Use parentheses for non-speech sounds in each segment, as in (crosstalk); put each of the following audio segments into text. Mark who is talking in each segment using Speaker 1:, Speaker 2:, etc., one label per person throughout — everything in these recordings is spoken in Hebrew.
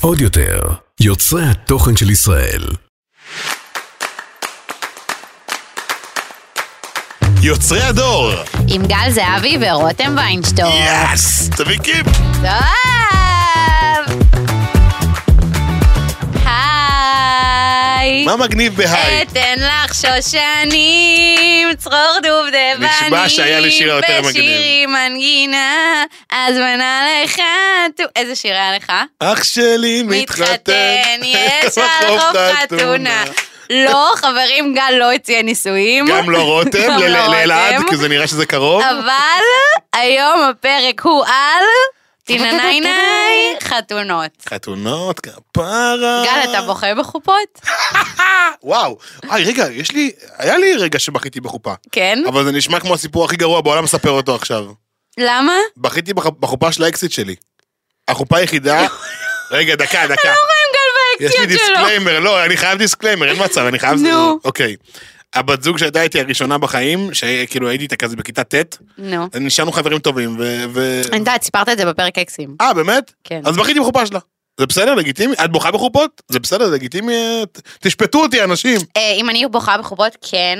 Speaker 1: עוד יותר, יוצרי התוכן של ישראל.
Speaker 2: יוצרי הדור!
Speaker 3: עם גל זהבי ורותם ויינשטור.
Speaker 2: יאס! תביא קיפ!
Speaker 3: טוב! היי!
Speaker 2: מה מגניב בהיי?
Speaker 3: אתן לך שושנים, צרור דובדבנים,
Speaker 2: נשבע שהיה לי שיר יותר מגניב.
Speaker 3: בשיר עם מנגינה, אז מנה לך, טו- איזה שיר היה לך?
Speaker 2: אח שלי מתחתן, (laughs)
Speaker 3: יש
Speaker 2: כמה
Speaker 3: על
Speaker 2: חוף
Speaker 3: חוף חתונה. לא, חברים, גל לא הציע נישואים.
Speaker 2: גם לא רותם,
Speaker 3: גם
Speaker 2: ל-
Speaker 3: (laughs) לא
Speaker 2: ל- לאלעד,
Speaker 3: רותם.
Speaker 2: כי זה נראה שזה קרוב.
Speaker 3: אוקיי. אבל היום הפרק הוא על תיננייני חתונות.
Speaker 2: חתונות, כפרה.
Speaker 3: גל, אתה בוכה בחופות?
Speaker 2: וואו. היי, רגע, יש לי, היה לי רגע שבכיתי בחופה.
Speaker 3: כן.
Speaker 2: אבל זה נשמע כמו הסיפור הכי גרוע בעולם, מספר אותו עכשיו.
Speaker 3: למה?
Speaker 2: בכיתי בח- בחופה של האקסיט שלי. החופה
Speaker 3: (laughs)
Speaker 2: היחידה... רגע, דקה, דקה.
Speaker 3: לא גל
Speaker 2: יש לי
Speaker 3: והאקסיות שלו.
Speaker 2: דיסקליימר, לא, אני חייב דיסקליימר, אין מצב, אני חייב...
Speaker 3: נו.
Speaker 2: אוקיי. הבת זוג שהייתה איתי הראשונה בחיים, שכאילו הייתי איתה כזה בכיתה ט',
Speaker 3: נו.
Speaker 2: נשארנו חברים טובים, ו... ו-
Speaker 3: אני יודעת, סיפרת את זה בפרק אקסים.
Speaker 2: אה, באמת?
Speaker 3: כן.
Speaker 2: אז בכיתי בחופה שלה. זה בסדר, לגיטימי? את בוכה בחופות? זה בסדר, זה לגיטימי? אה, ת- תשפטו אותי, אנשים.
Speaker 3: אה, אם אני בוכה בחופות, כן.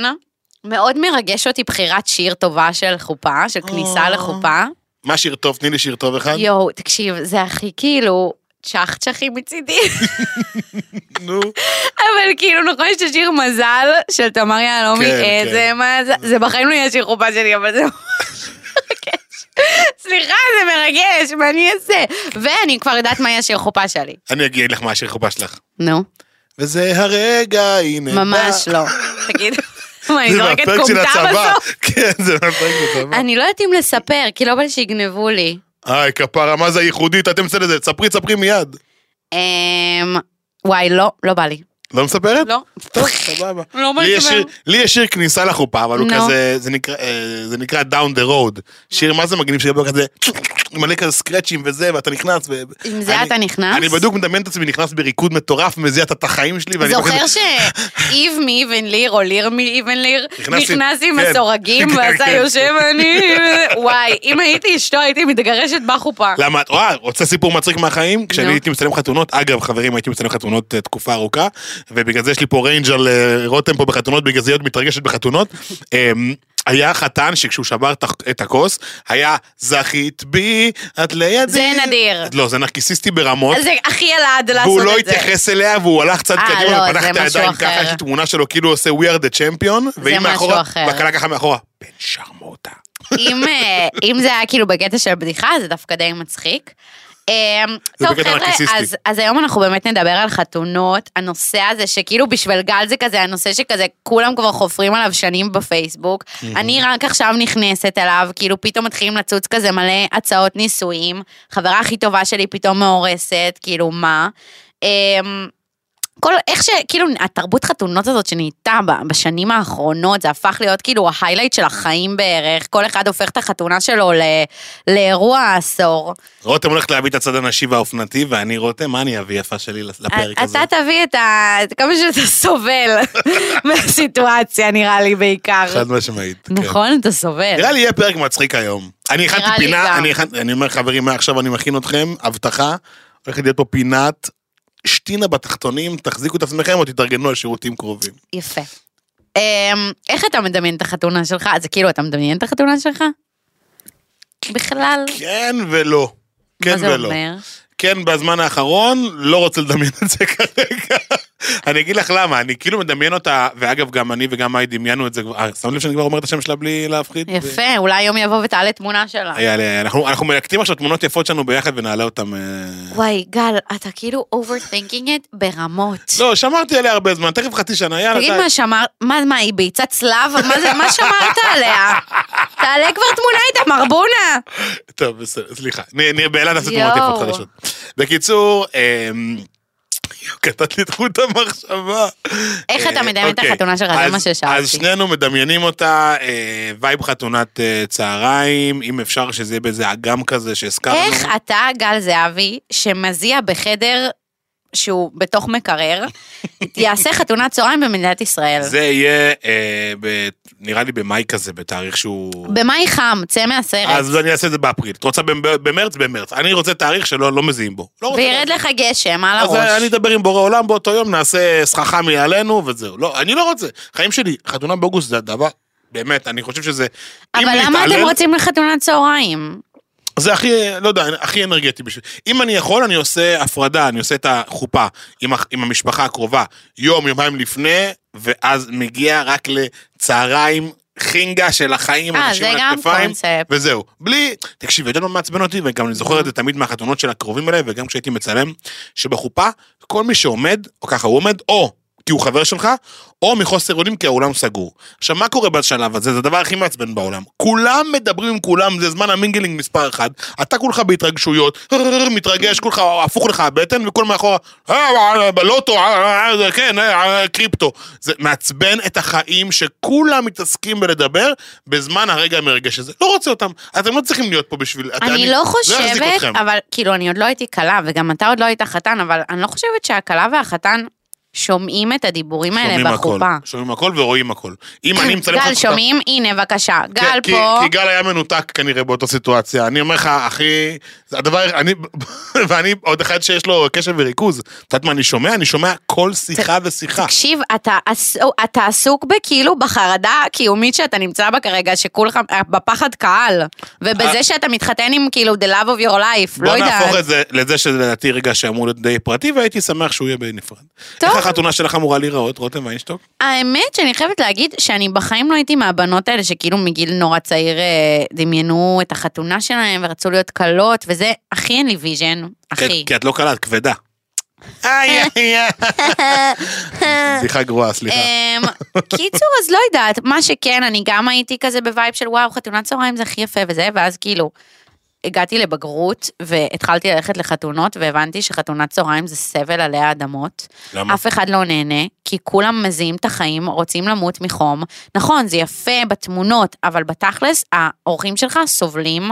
Speaker 3: מאוד מרגש אותי בחירת שיר טובה של חופה, של כניסה
Speaker 2: אה.
Speaker 3: לחופה.
Speaker 2: מה שיר טוב? תני לי שיר טוב אחד.
Speaker 3: יואו, תקשיב, זה הכי כאילו צ'חצ'חי מצידי.
Speaker 2: נו.
Speaker 3: אבל כאילו, נכון, יש את השיר מזל של תמר יהלומי,
Speaker 2: כן,
Speaker 3: איזה
Speaker 2: כן.
Speaker 3: מזל, זה בחיים לא יהיה שיר חופה שלי, אבל זה ממש מרגש. סליחה, זה מרגש, מה אני אעשה? ואני כבר יודעת מה יהיה שיר חופה שלי.
Speaker 2: אני אגיד לך מה השיר חופה שלך.
Speaker 3: נו,
Speaker 2: וזה הרגע, הנה.
Speaker 3: ממש
Speaker 2: בא.
Speaker 3: לא. תגיד, מה, אני
Speaker 2: זה
Speaker 3: לא זורקת
Speaker 2: מהפרק של
Speaker 3: כומתה
Speaker 2: הצבא.
Speaker 3: בסוף?
Speaker 2: (laughs) כן, זה מהפרק של הצבא.
Speaker 3: אני לא יודעת אם לספר, כי לא בא לי שיגנבו לי.
Speaker 2: היי, כפרה, מה זה הייחודית? אתם בסדר, זה- ספרי, ספרי מיד.
Speaker 3: אמ, וואי, לא, לא בא לי. לא
Speaker 2: לא מספרת?
Speaker 3: לא.
Speaker 2: טוב, סבבה.
Speaker 3: לא
Speaker 2: לי
Speaker 3: בא לי
Speaker 2: יש שיר-
Speaker 3: לדבר.
Speaker 2: לי יש שיר כניסה לחופה, אבל הוא
Speaker 3: נו.
Speaker 2: כזה, זה נקרא, אה, זה נקרא Down the Road. שיר מה זה מגניב, שיר כזה, מלא כזה סקרצ'ים וזה, ואתה נכנס. ו-
Speaker 3: עם זה
Speaker 2: אני-
Speaker 3: אתה נכנס?
Speaker 2: אני בדיוק מדמיין את עצמי, נכנס בריקוד מטורף, מזיע את החיים שלי, ואני
Speaker 3: זוכר
Speaker 2: כזה-
Speaker 3: שאיב מאיבן ליר, או ליר מאיבן ליר,
Speaker 2: נכנס עם-
Speaker 3: נכנס עם
Speaker 2: כן. (laughs)
Speaker 3: הסורגים
Speaker 2: כן,
Speaker 3: ועשה
Speaker 2: כן.
Speaker 3: יושב אני... וואי, אם הייתי אשתו הייתי מתגרשת בחופה.
Speaker 2: למה את, וואה, רוצה סיפור מצחיק מהחיים? כשאני
Speaker 3: נו.
Speaker 2: הייתי מצלם חתונות, אגב, חברים, הייתי מצלם חתונות אה, תקופה ארוכה, ובגלל זה יש לי פה ריינג' על אה, רותם פה בחתונות, בגלל זה היא עוד מתרגשת בחתונות. אמ, היה חתן שכשהוא שבר את הכ- את הכוס, היה זכית בי, את לידי.
Speaker 3: זה נדיר.
Speaker 2: לא, זה נרקיסיסטי ברמות.
Speaker 3: אז זה הכי אלעד לעשות את זה.
Speaker 2: והוא לא התייחס אליה והוא הלך צעד
Speaker 3: אה,
Speaker 2: קדימה
Speaker 3: לא,
Speaker 2: ופתח
Speaker 3: זה
Speaker 2: את
Speaker 3: משהו
Speaker 2: הידיים
Speaker 3: אחר.
Speaker 2: ככה, יש לי תמונה שלו כאילו הוא עושה We are the champion, והיא
Speaker 3: משהו
Speaker 2: מאחורה,
Speaker 3: אחר.
Speaker 2: והקלה ככה מאחורה, בן שרמוטה.
Speaker 3: אם, אה, אם זה היה כאילו בקטע של בדיחה, זה דווקא די מצחיק. אה,
Speaker 2: זה
Speaker 3: טוב
Speaker 2: בקטע
Speaker 3: חבר'ה,
Speaker 2: נרקיסיסטי.
Speaker 3: אז, אז היום אנחנו באמת נדבר על חתונות, הנושא הזה שכאילו בשביל גל זה כזה, הנושא שכזה כולם כבר חופרים עליו שנים בפייסבוק, אני רק עכשיו נכנסת אליו, כאילו פתאום מתחילים לצוץ כזה מלא הצעות נישואים, חברה הכי טובה שלי פתאום מאורסת, כאילו מה. אה, כל, איך שכאילו התרבות חתונות הזאת שנהייתה ב- בשנים האחרונות, זה הפך להיות כאילו ההיילייט של החיים בערך, כל אחד הופך את החתונה שלו ל, לאירוע העשור.
Speaker 2: רותם הולכת להביא את הצד הנשי והאופנתי, ואני רותם, מה אני אביא יפה שלי לפרק
Speaker 3: את-
Speaker 2: הזה?
Speaker 3: אה, אתה תביא את ה... את כמה שאתה
Speaker 2: (laughs)
Speaker 3: סובל מהסיטואציה, נראה לי בעיקר.
Speaker 2: חד משמעית. כן.
Speaker 3: נכון, אתה סובל.
Speaker 2: נראה לי יהיה פרק מצחיק היום. אני הכנתי
Speaker 3: נראה לי
Speaker 2: פינה,
Speaker 3: גם.
Speaker 2: אני הכנ- אני אומר חברים, מעכשיו אני מכין אתכם, הבטחה, הולכת להיות פה פינת שטינה בתחתונים, תחזיקו את עצמכם או תתארגנו על שירותים קרובים.
Speaker 3: יפה. אמ, איך אתה מדמיין את החתונה שלך? אז כאילו, אתה מדמיין את החתונה שלך? בכלל?
Speaker 2: כן ולא. כן
Speaker 3: מה זה
Speaker 2: ולא.
Speaker 3: אומר?
Speaker 2: כן בזמן האחרון, לא רוצה לדמיין את זה (laughs) כרגע. אני אגיד לך למה, אני כאילו מדמיין אותה, ואגב, גם אני וגם מאי דמיינו את זה, כבר- אה, שמת לב שאני כבר אומר את השם שלה בלי להפחיד?
Speaker 3: יפה, אולי יום יבוא ותעלה תמונה שלה.
Speaker 2: יאללה, אנחנו אנחנו מלקטים עכשיו תמונות יפות שלנו ביחד ונעלה אותן. אה,
Speaker 3: וואי, גל, אתה כאילו overthinking it ברמות.
Speaker 2: לא, שמרתי עליה הרבה זמן, תכף חצי שנה, יאללה.
Speaker 3: תגיד
Speaker 2: די.
Speaker 3: מה שאמרת, מה, מה, היא ביצת צלב? מה זה, מה שמרת עליה? תעלה כבר תמונה איתה, מרבונה.
Speaker 2: טוב, בסדר, סליחה. נ- נ- באלעד נעשה תמונות
Speaker 3: יואו.
Speaker 2: יפות חדשות. בקיצור, אמ, קטעת לי את חוט המחשבה.
Speaker 3: איך אתה
Speaker 2: אה,
Speaker 3: מדמיין את
Speaker 2: אוקיי.
Speaker 3: החתונה שלך? זה
Speaker 2: אז-
Speaker 3: מה ששאלתי.
Speaker 2: אז שנינו מדמיינים אותה, אה, וייב חתונת אה, צהריים, אם אפשר שזה יהיה באיזה אגם כזה שהזכרנו.
Speaker 3: איך אתה, גל זהבי, שמזיע בחדר שהוא בתוך מקרר, יעשה חתונת צהריים במדינת ישראל.
Speaker 2: זה יהיה, אה, ב- נראה לי במאי כזה, בתאריך שהוא...
Speaker 3: במאי חם, צא מהסרט.
Speaker 2: אז אני אעשה את זה באפריל. את רוצה במ- במרץ? במרץ. אני רוצה תאריך שלא לא מזיעים בו. לא רוצה-
Speaker 3: וירד לך גשם על
Speaker 2: אז
Speaker 3: הראש.
Speaker 2: אני אדבר עם בורא עולם באותו יום, נעשה סככה מעלינו וזהו. לא, אני לא רוצה. חיים שלי, חתונה באוגוסט זה הדבר, באמת, אני חושב שזה... אם
Speaker 3: אבל למה
Speaker 2: להתעלל,
Speaker 3: אתם רוצים לחתונת צהריים?
Speaker 2: זה הכי, לא יודע, הכי אנרגטי בשביל... אם אני יכול, אני עושה הפרדה, אני עושה את החופה עם, הח- עם המשפחה הקרובה יום, יומיים לפני, ואז מגיע רק לצהריים. חינגה של החיים,
Speaker 3: אה,
Speaker 2: אנשים
Speaker 3: זה
Speaker 2: על
Speaker 3: גם
Speaker 2: הכתפיים,
Speaker 3: קונספט.
Speaker 2: וזהו. בלי, תקשיב, אתה יודע מה מעצבן אותי, וגם אני זוכר את זה תמיד מהחתונות של הקרובים אליי, וגם כשהייתי מצלם, שבחופה, כל מי שעומד, או ככה הוא עומד, או כי הוא חבר שלך, או מחוסר אונים כי האולם סגור. עכשיו, מה קורה בשלב הזה? זה הדבר הכי מעצבן בעולם. כולם מדברים עם כולם, זה זמן המינגלינג מספר אחד, אתה כולך בהתרגשויות, מתרגש, כולך הפוך לך הבטן, וכל מאחורה, "אה, בלוטו, אה, אה, זה כן, אה, אה, קריפטו. זה מעצבן את החיים שכולם מתעסקים בלדבר בזמן הרגע המרגש הזה. לא רוצה אותם, אתם לא צריכים להיות פה בשביל...
Speaker 3: אני לא
Speaker 2: יחזיק
Speaker 3: חושבת,
Speaker 2: אתכם.
Speaker 3: אבל כאילו, אני עוד לא הייתי כלה, וגם אתה עוד לא היית חתן, אבל אני לא חושבת שהכלה והחתן שומעים את הדיבורים
Speaker 2: שומעים
Speaker 3: האלה
Speaker 2: הכל,
Speaker 3: בחופה.
Speaker 2: שומעים הכל ורואים הכל. אם
Speaker 3: (coughs)
Speaker 2: אני מצלם לך חתונה-
Speaker 3: גל, שומעים? הנה, בבקשה. גל
Speaker 2: כן, כי,
Speaker 3: פה.
Speaker 2: כי, כי גל היה מנותק כנראה באותה סיטואציה. אני אומר לך, אחי, זה הדבר, אני, (laughs) ואני עוד אחד שיש לו קשב וריכוז. את יודעת מה אני שומע? אני שומע כל שיחה ושיחה.
Speaker 3: תקשיב, אתה, עסוק- אתה עסוק בכאילו בחרדה הקיומית שאתה נמצא בה כרגע, שכולך בפחד קהל, ובזה
Speaker 2: אה.
Speaker 3: שאתה מתחתן עם כאילו the love of your life, לא
Speaker 2: בוא נהפוך
Speaker 3: יודעת.
Speaker 2: את זה לזה שלדעתי רגע שאמור להיות די פרטי, והייתי שמח שהוא יהיה בנפרד.
Speaker 3: טוב.
Speaker 2: איך החתונה שלך אמורה להיראות, רותם ויינשטוק?
Speaker 3: האמת שאני חייבת להגיד שאני בחיים לא הייתי מהבנות האלה שכאילו מגיל נורא צעיר אה, דמיינו את החתונה שלהם ורצו להיות כלות, וזה, הכי אין לי ויז'ן,
Speaker 2: כי-
Speaker 3: הכי.
Speaker 2: כי את לא קלה, את כבדה. איי, איי,
Speaker 3: (laughs)
Speaker 2: איי. בדיחה גרועה, סליחה.
Speaker 3: אמ, קיצור, אז לא יודעת, מה שכן, אני גם הייתי כזה בווייב של וואו, חתונת צהריים זה הכי יפה וזה, ואז כאילו, הגעתי לבגרות, והתחלתי ללכת לחתונות, והבנתי שחתונת צהריים זה סבל עלי האדמות.
Speaker 2: למה?
Speaker 3: אף אחד לא נהנה, כי כולם מזיעים את החיים, רוצים למות מחום. נכון, זה יפה בתמונות, אבל בתכלס, האורחים שלך סובלים.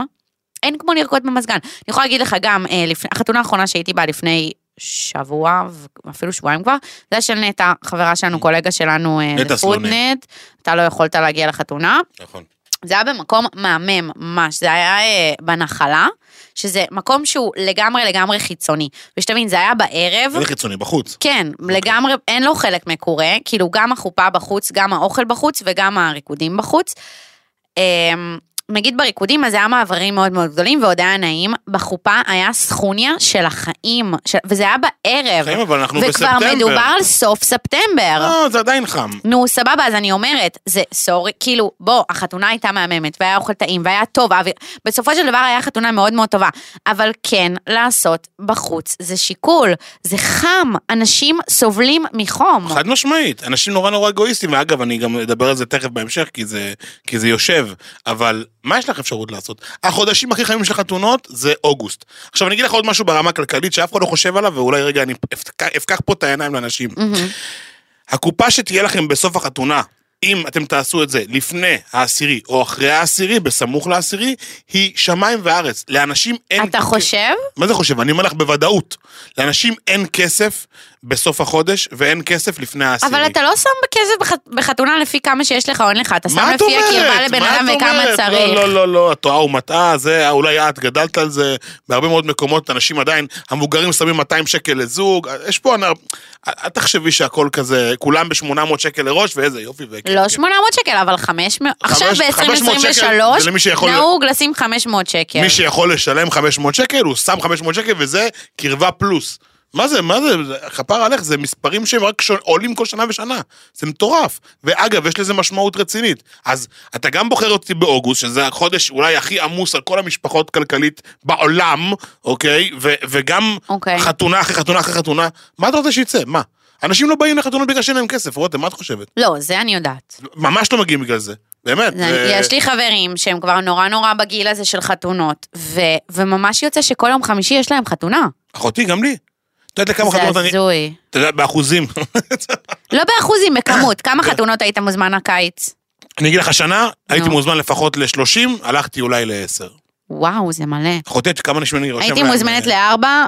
Speaker 3: אין כמו לרקוד במזגן. אני יכולה להגיד לך גם, אה, לפני, החתונה האחרונה שהייתי בה לפני שבוע, אפילו שבועיים כבר, זה היה של נטע, חברה שלנו, קולגה שלנו, אה,
Speaker 2: Mm. נטע סלונים.
Speaker 3: לפודנט. אתה לא יכולת להגיע לחתונה.
Speaker 2: נכון.
Speaker 3: זה היה במקום מהמם, ממש, זה היה אה, בנחלה, שזה מקום שהוא לגמרי לגמרי חיצוני. ושתבין, זה היה בערב.
Speaker 2: זה חיצוני בחוץ.
Speaker 3: כן,
Speaker 2: אוקיי.
Speaker 3: לגמרי, אין לו חלק מקורה, כאילו גם החופה בחוץ, גם האוכל בחוץ וגם הריקודים בחוץ. אמ, נגיד בריקודים, אז היה מעברים מאוד מאוד גדולים ועוד היה נעים, בחופה היה סכוניה של החיים, של, וזה היה בערב.
Speaker 2: חיים, אבל אנחנו
Speaker 3: וכבר
Speaker 2: בספטמבר.
Speaker 3: מדובר על סוף ספטמבר.
Speaker 2: לא, זה עדיין חם.
Speaker 3: נו, סבבה, אז אני אומרת, זה סורי, כאילו, בוא, החתונה הייתה מהממת, והיה אוכל טעים, והיה טוב, האוויר- בסופו של דבר היה חתונה מאוד מאוד טובה, אבל כן, לעשות בחוץ זה שיקול, זה חם, אנשים סובלים מחום.
Speaker 2: חד משמעית, אנשים נורא נורא אגואיסטים, ואגב, אני גם אדבר על זה תכף בהמשך, כי זה, כי זה יושב, אבל מה יש לך אפשרות לעשות? החודשים הכי חמים של חתונות זה אוגוסט. עכשיו, אני אגיד לך עוד משהו ברמה הכלכלית שאף אחד לא חושב עליו, ואולי רגע אני אפתח, אפקח פה את העיניים לאנשים. הקופה שתהיה לכם בסוף החתונה, אם אתם תעשו את זה לפני העשירי או אחרי העשירי, בסמוך לעשירי, היא שמיים וארץ. לאנשים אין...
Speaker 3: אתה חושב?
Speaker 2: מה זה חושב? אני אומר לך בוודאות. לאנשים אין כסף בסוף החודש, ואין כסף לפני העשירי.
Speaker 3: אבל אתה לא שם כסף בח- בחתונה לפי כמה שיש לך או אין לך, אתה שם
Speaker 2: מה את
Speaker 3: לפי הקרבה
Speaker 2: אומרת?
Speaker 3: לבן
Speaker 2: מה
Speaker 3: אדם
Speaker 2: את
Speaker 3: וכמה
Speaker 2: אומרת?
Speaker 3: צריך.
Speaker 2: לא, לא, לא, לא, את טועה ומטעה, זה, אה, אולי את גדלת על זה, בהרבה מאוד מקומות אנשים עדיין, המבוגרים שמים 200 שקל לזוג, יש פה, אנ- אל תחשבי שהכל כזה, כולם ב-800 שקל לראש, ואיזה יופי. וכיף,
Speaker 3: לא
Speaker 2: כיף.
Speaker 3: 800 שקל, אבל 500, עכשיו
Speaker 2: 500 שקל זה למי
Speaker 3: ב-2023,
Speaker 2: שיכול-
Speaker 3: נהוג לשים 500 שקל.
Speaker 2: מי שיכול לשלם 500 שקל, הוא שם 500 שקל, וזה קרבה פלוס. מה זה, מה זה, זה- כפר עליך, זה מספרים שהם רק ש... עולים כל שנה ושנה. זה מטורף. ואגב, יש לזה משמעות רצינית. אז אתה גם בוחר אותי באוגוסט, שזה החודש אולי הכי עמוס על כל המשפחות כלכלית בעולם, אוקיי? ו- וגם
Speaker 3: אוקיי.
Speaker 2: חתונה אחרי חתונה אחרי חתונה. מה אתה רוצה שיצא? מה? אנשים לא באים לחתונות בגלל שאין להם כסף, רותם, מה את חושבת?
Speaker 3: לא, זה אני יודעת.
Speaker 2: ממש לא מגיעים בגלל זה. באמת. אה,
Speaker 3: זה-
Speaker 2: זה-
Speaker 3: יש לי חברים שהם כבר נורא נורא בגיל הזה של חתונות, ו- וממש יוצא שכל יום חמישי יש להם חתונה.
Speaker 2: אחותי, גם לי. אתה יודעת לכמה
Speaker 3: זה
Speaker 2: חתונות אני...
Speaker 3: הזוי.
Speaker 2: אתה יודע, באחוזים.
Speaker 3: לא באחוזים, בכמות. כמה
Speaker 2: כן.
Speaker 3: חתונות היית מוזמן הקיץ?
Speaker 2: אני אגיד לך, השנה הייתי
Speaker 3: נו.
Speaker 2: מוזמן לפחות ל-30, הלכתי אולי ל-10.
Speaker 3: וואו, זה מלא.
Speaker 2: חוטאת, כמה אנשים אני רושם
Speaker 3: הייתי
Speaker 2: להם,
Speaker 3: מוזמנת
Speaker 2: אה,
Speaker 3: לארבע,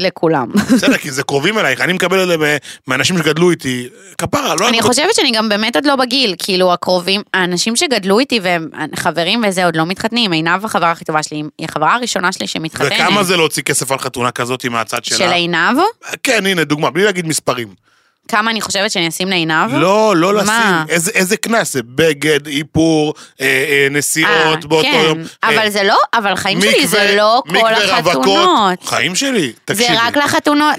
Speaker 2: (laughs)
Speaker 3: לכולם.
Speaker 2: בסדר, כי זה קרובים אלייך, אני מקבל את זה מ- מאנשים שגדלו איתי. כפרה, לא...
Speaker 3: אני חושבת שאני גם באמת עוד לא בגיל, כאילו הקרובים, האנשים שגדלו איתי והם חברים וזה עוד לא מתחתנים, עינב החברה הכי טובה שלי, היא החברה הראשונה שלי שמתחתנת.
Speaker 2: וכמה זה להוציא כסף על חתונה כזאת מהצד שלה?
Speaker 3: של עינב?
Speaker 2: כן, הנה, דוגמה, בלי להגיד מספרים.
Speaker 3: כמה אני חושבת שאני אשים לעינב?
Speaker 2: לא, לא
Speaker 3: מה?
Speaker 2: לשים. איזה- איזה קנס זה? בגד, איפור, אה, אה, נסיעות
Speaker 3: אה,
Speaker 2: באותו
Speaker 3: כן,
Speaker 2: יום.
Speaker 3: אבל
Speaker 2: אה,
Speaker 3: זה לא, אבל חיים שלי זה
Speaker 2: מקווה-
Speaker 3: לא כל
Speaker 2: מקווה,
Speaker 3: החתונות.
Speaker 2: רווקות. חיים שלי,
Speaker 3: זה
Speaker 2: תקשיבי.
Speaker 3: רק לחתונות,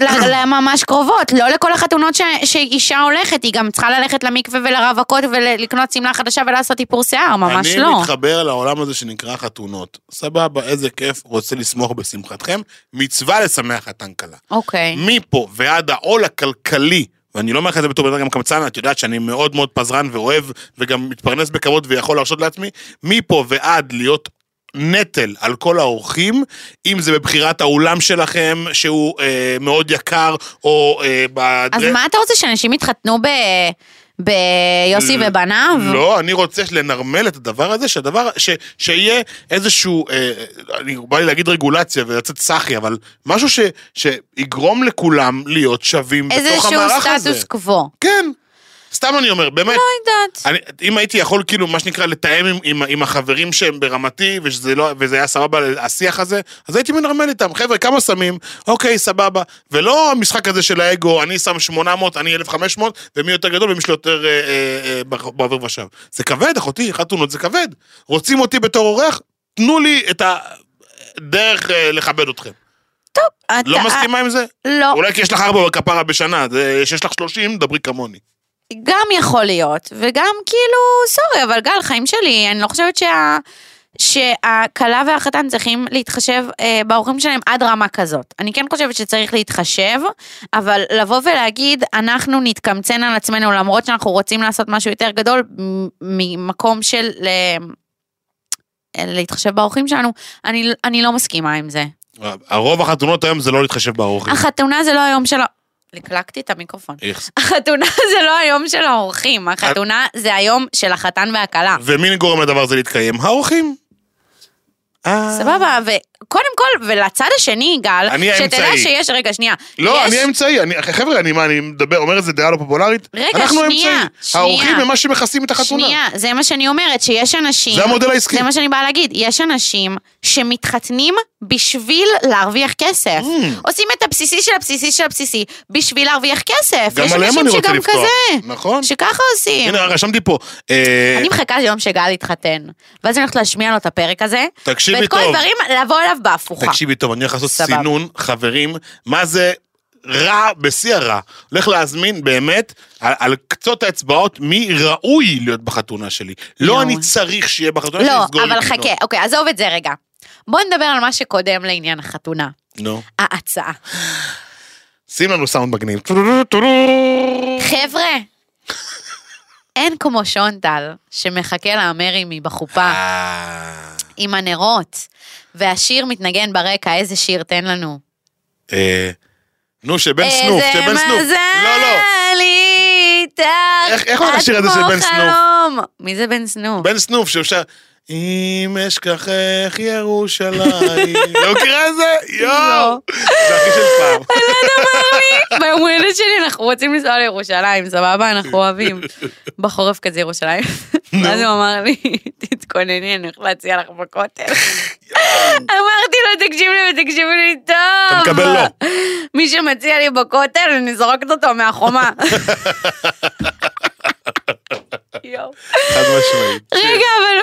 Speaker 2: (coughs)
Speaker 3: ל- לממש קרובות, לא לכל החתונות ש- שאישה הולכת, היא גם צריכה ללכת למקווה ולרווקות ולקנות שמלה חדשה ולעשות איפור שיער, ממש
Speaker 2: אני
Speaker 3: לא.
Speaker 2: מתחבר לעולם הזה שנקרא חתונות. סבבה, איזה כיף, רוצה לשמוח בשמחתכם. מצווה לשמח חתן כלה.
Speaker 3: אוקיי.
Speaker 2: מפה ועד העול הכלכלי, ואני לא אומר לך את זה בתור בן אדם גם קמצן, את יודעת שאני מאוד מאוד פזרן ואוהב, וגם מתפרנס בכבוד ויכול להרשות לעצמי, מפה ועד להיות... נטל על כל האורחים, אם זה בבחירת האולם שלכם, שהוא אה, מאוד יקר, או אה,
Speaker 3: אז
Speaker 2: בדרס-
Speaker 3: מה אתה רוצה, שאנשים יתחתנו ב... ביוסי
Speaker 2: ל-
Speaker 3: ובניו?
Speaker 2: לא, אני רוצה לנרמל את הדבר הזה, שהדבר, ש, שיהיה איזשהו, אה, אני בא לי להגיד רגולציה ולצאת סאחי, אבל משהו ש, שיגרום לכולם להיות שווים בתוך
Speaker 3: איזשהו
Speaker 2: המערך הזה.
Speaker 3: סטטוס קוו.
Speaker 2: כן. סתם אני אומר, באמת.
Speaker 3: לא יודעת.
Speaker 2: אני, אם הייתי יכול כאילו, מה שנקרא, לתאם עם, עם, עם החברים שהם ברמתי, ושזה לא, וזה היה סבבה, השיח הזה, אז הייתי מנרמל איתם, חבר'ה, כמה שמים? אוקיי, סבבה. ולא המשחק הזה של האגו, אני שם 800, אני 1,500, ומי יותר גדול ומי שיותר אה, אה, אה, בח- בעובר ושב. זה כבד, אחותי, חתונות זה כבד. רוצים אותי בתור אורח? תנו לי את הדרך אה, לכבד אתכם.
Speaker 3: אתה-
Speaker 2: לא מסכימה עם זה?
Speaker 3: לא.
Speaker 2: אולי כי יש לך ארבע כפרה בשנה, זה- שיש לך 30, דברי כמוני.
Speaker 3: גם יכול להיות, וגם כאילו, סורי, אבל גל, חיים שלי, אני לא חושבת שה... שהכלה והחתן צריכים להתחשב אה, באורחים שלהם עד רמה כזאת. אני כן חושבת שצריך להתחשב, אבל לבוא ולהגיד, אנחנו נתקמצן על עצמנו למרות שאנחנו רוצים לעשות משהו יותר גדול מ- ממקום של אה, להתחשב באורחים שלנו, אני, אני לא מסכימה עם זה.
Speaker 2: הרוב החתונות היום זה לא להתחשב באורחים.
Speaker 3: החתונה זה לא היום של ה... לקלקתי את המיקרופון.
Speaker 2: איכס.
Speaker 3: החתונה (laughs) זה לא היום של האורחים, החתונה זה היום של החתן והכלה.
Speaker 2: ומי גורם לדבר הזה להתקיים? האורחים. אה.
Speaker 3: סבבה, וקודם כל, ולצד השני, גל,
Speaker 2: אני
Speaker 3: שתדע
Speaker 2: האמצעי.
Speaker 3: שיש, רגע, שנייה.
Speaker 2: לא,
Speaker 3: יש-
Speaker 2: אני האמצעי, אני- חבר'ה, אני מה, אני מדבר, אומר איזה דעה לא פופולרית?
Speaker 3: רגע,
Speaker 2: אנחנו
Speaker 3: שנייה,
Speaker 2: האמצעי.
Speaker 3: שנייה.
Speaker 2: האורחים הם מה שמכסים את החתונה.
Speaker 3: שנייה, זה מה שאני אומרת, שיש אנשים...
Speaker 2: זה המודל העסקי.
Speaker 3: זה מה שאני באה להגיד, יש אנשים שמתחתנים בשביל להרוויח כסף.
Speaker 2: Mm.
Speaker 3: עושים את הבסיסי של הבסיסי של הבסיסי בשביל להרוויח כסף.
Speaker 2: גם
Speaker 3: יש
Speaker 2: עליהם
Speaker 3: אנשים
Speaker 2: אני רוצה
Speaker 3: שגם
Speaker 2: לפתוח.
Speaker 3: כזה,
Speaker 2: נכון.
Speaker 3: שככה עושים.
Speaker 2: הנה, רשמתי פה. אה,
Speaker 3: אני מחכה ליום שגל יתחתן, ואז אני הולכת להשמיע לו את הפרק הזה.
Speaker 2: תקשיבי
Speaker 3: ואת כל
Speaker 2: טוב.
Speaker 3: הדברים, לבוא אליו בהפוכה.
Speaker 2: תקשיבי טוב, אני הולך לעשות
Speaker 3: סבבה.
Speaker 2: סינון, חברים, מה זה רע בשיא הרע. הולך להזמין באמת על, על קצות האצבעות מי ראוי להיות בחתונה שלי. לא
Speaker 3: יואו.
Speaker 2: אני צריך שיהיה בחתונה שלי,
Speaker 3: לא,
Speaker 2: לסגור לי
Speaker 3: אבל
Speaker 2: פינות.
Speaker 3: חכה, אוקיי, עזוב את זה רגע. בוא נדבר על מה שקודם לעניין החתונה.
Speaker 2: נו.
Speaker 3: ההצעה.
Speaker 2: שים לנו סאונד מגניב.
Speaker 3: חבר'ה, אין כמו שונטל שמחכה להמרים בחופה
Speaker 2: אה,
Speaker 3: עם הנרות, והשיר מתנגן ברקע, איזה שיר תן לנו.
Speaker 2: אה, נו, שבן סנוף, שבן סנוף.
Speaker 3: איזה
Speaker 2: לא, לא.
Speaker 3: מזל איתך,
Speaker 2: איך- איך הולך
Speaker 3: את
Speaker 2: השיר הזה של
Speaker 3: כמו
Speaker 2: בן סנוף?
Speaker 3: חלום. מי זה בן סנוף?
Speaker 2: בן סנוף שאפשר... אם אשכחך
Speaker 3: (laughs)
Speaker 2: ירושלים. לא מכירה את זה? יואו.
Speaker 3: לא.
Speaker 2: זה הכי
Speaker 3: (laughs)
Speaker 2: של פעם.
Speaker 3: ביום הולדת שלי אנחנו רוצים לנסוע לירושלים, סבבה? אנחנו אוהבים. בחורף כזה ירושלים. ואז הוא אמר לי, תתכונני, אני הולך להציע לך בכותל. אמרתי לו, תקשיב לי ותקשיב לי טוב.
Speaker 2: אתה מקבל לא.
Speaker 3: מי שמציע לי בכותל, אני זורקת אותו מהחומה. יואו.
Speaker 2: חד משמעית.
Speaker 3: רגע, אבל...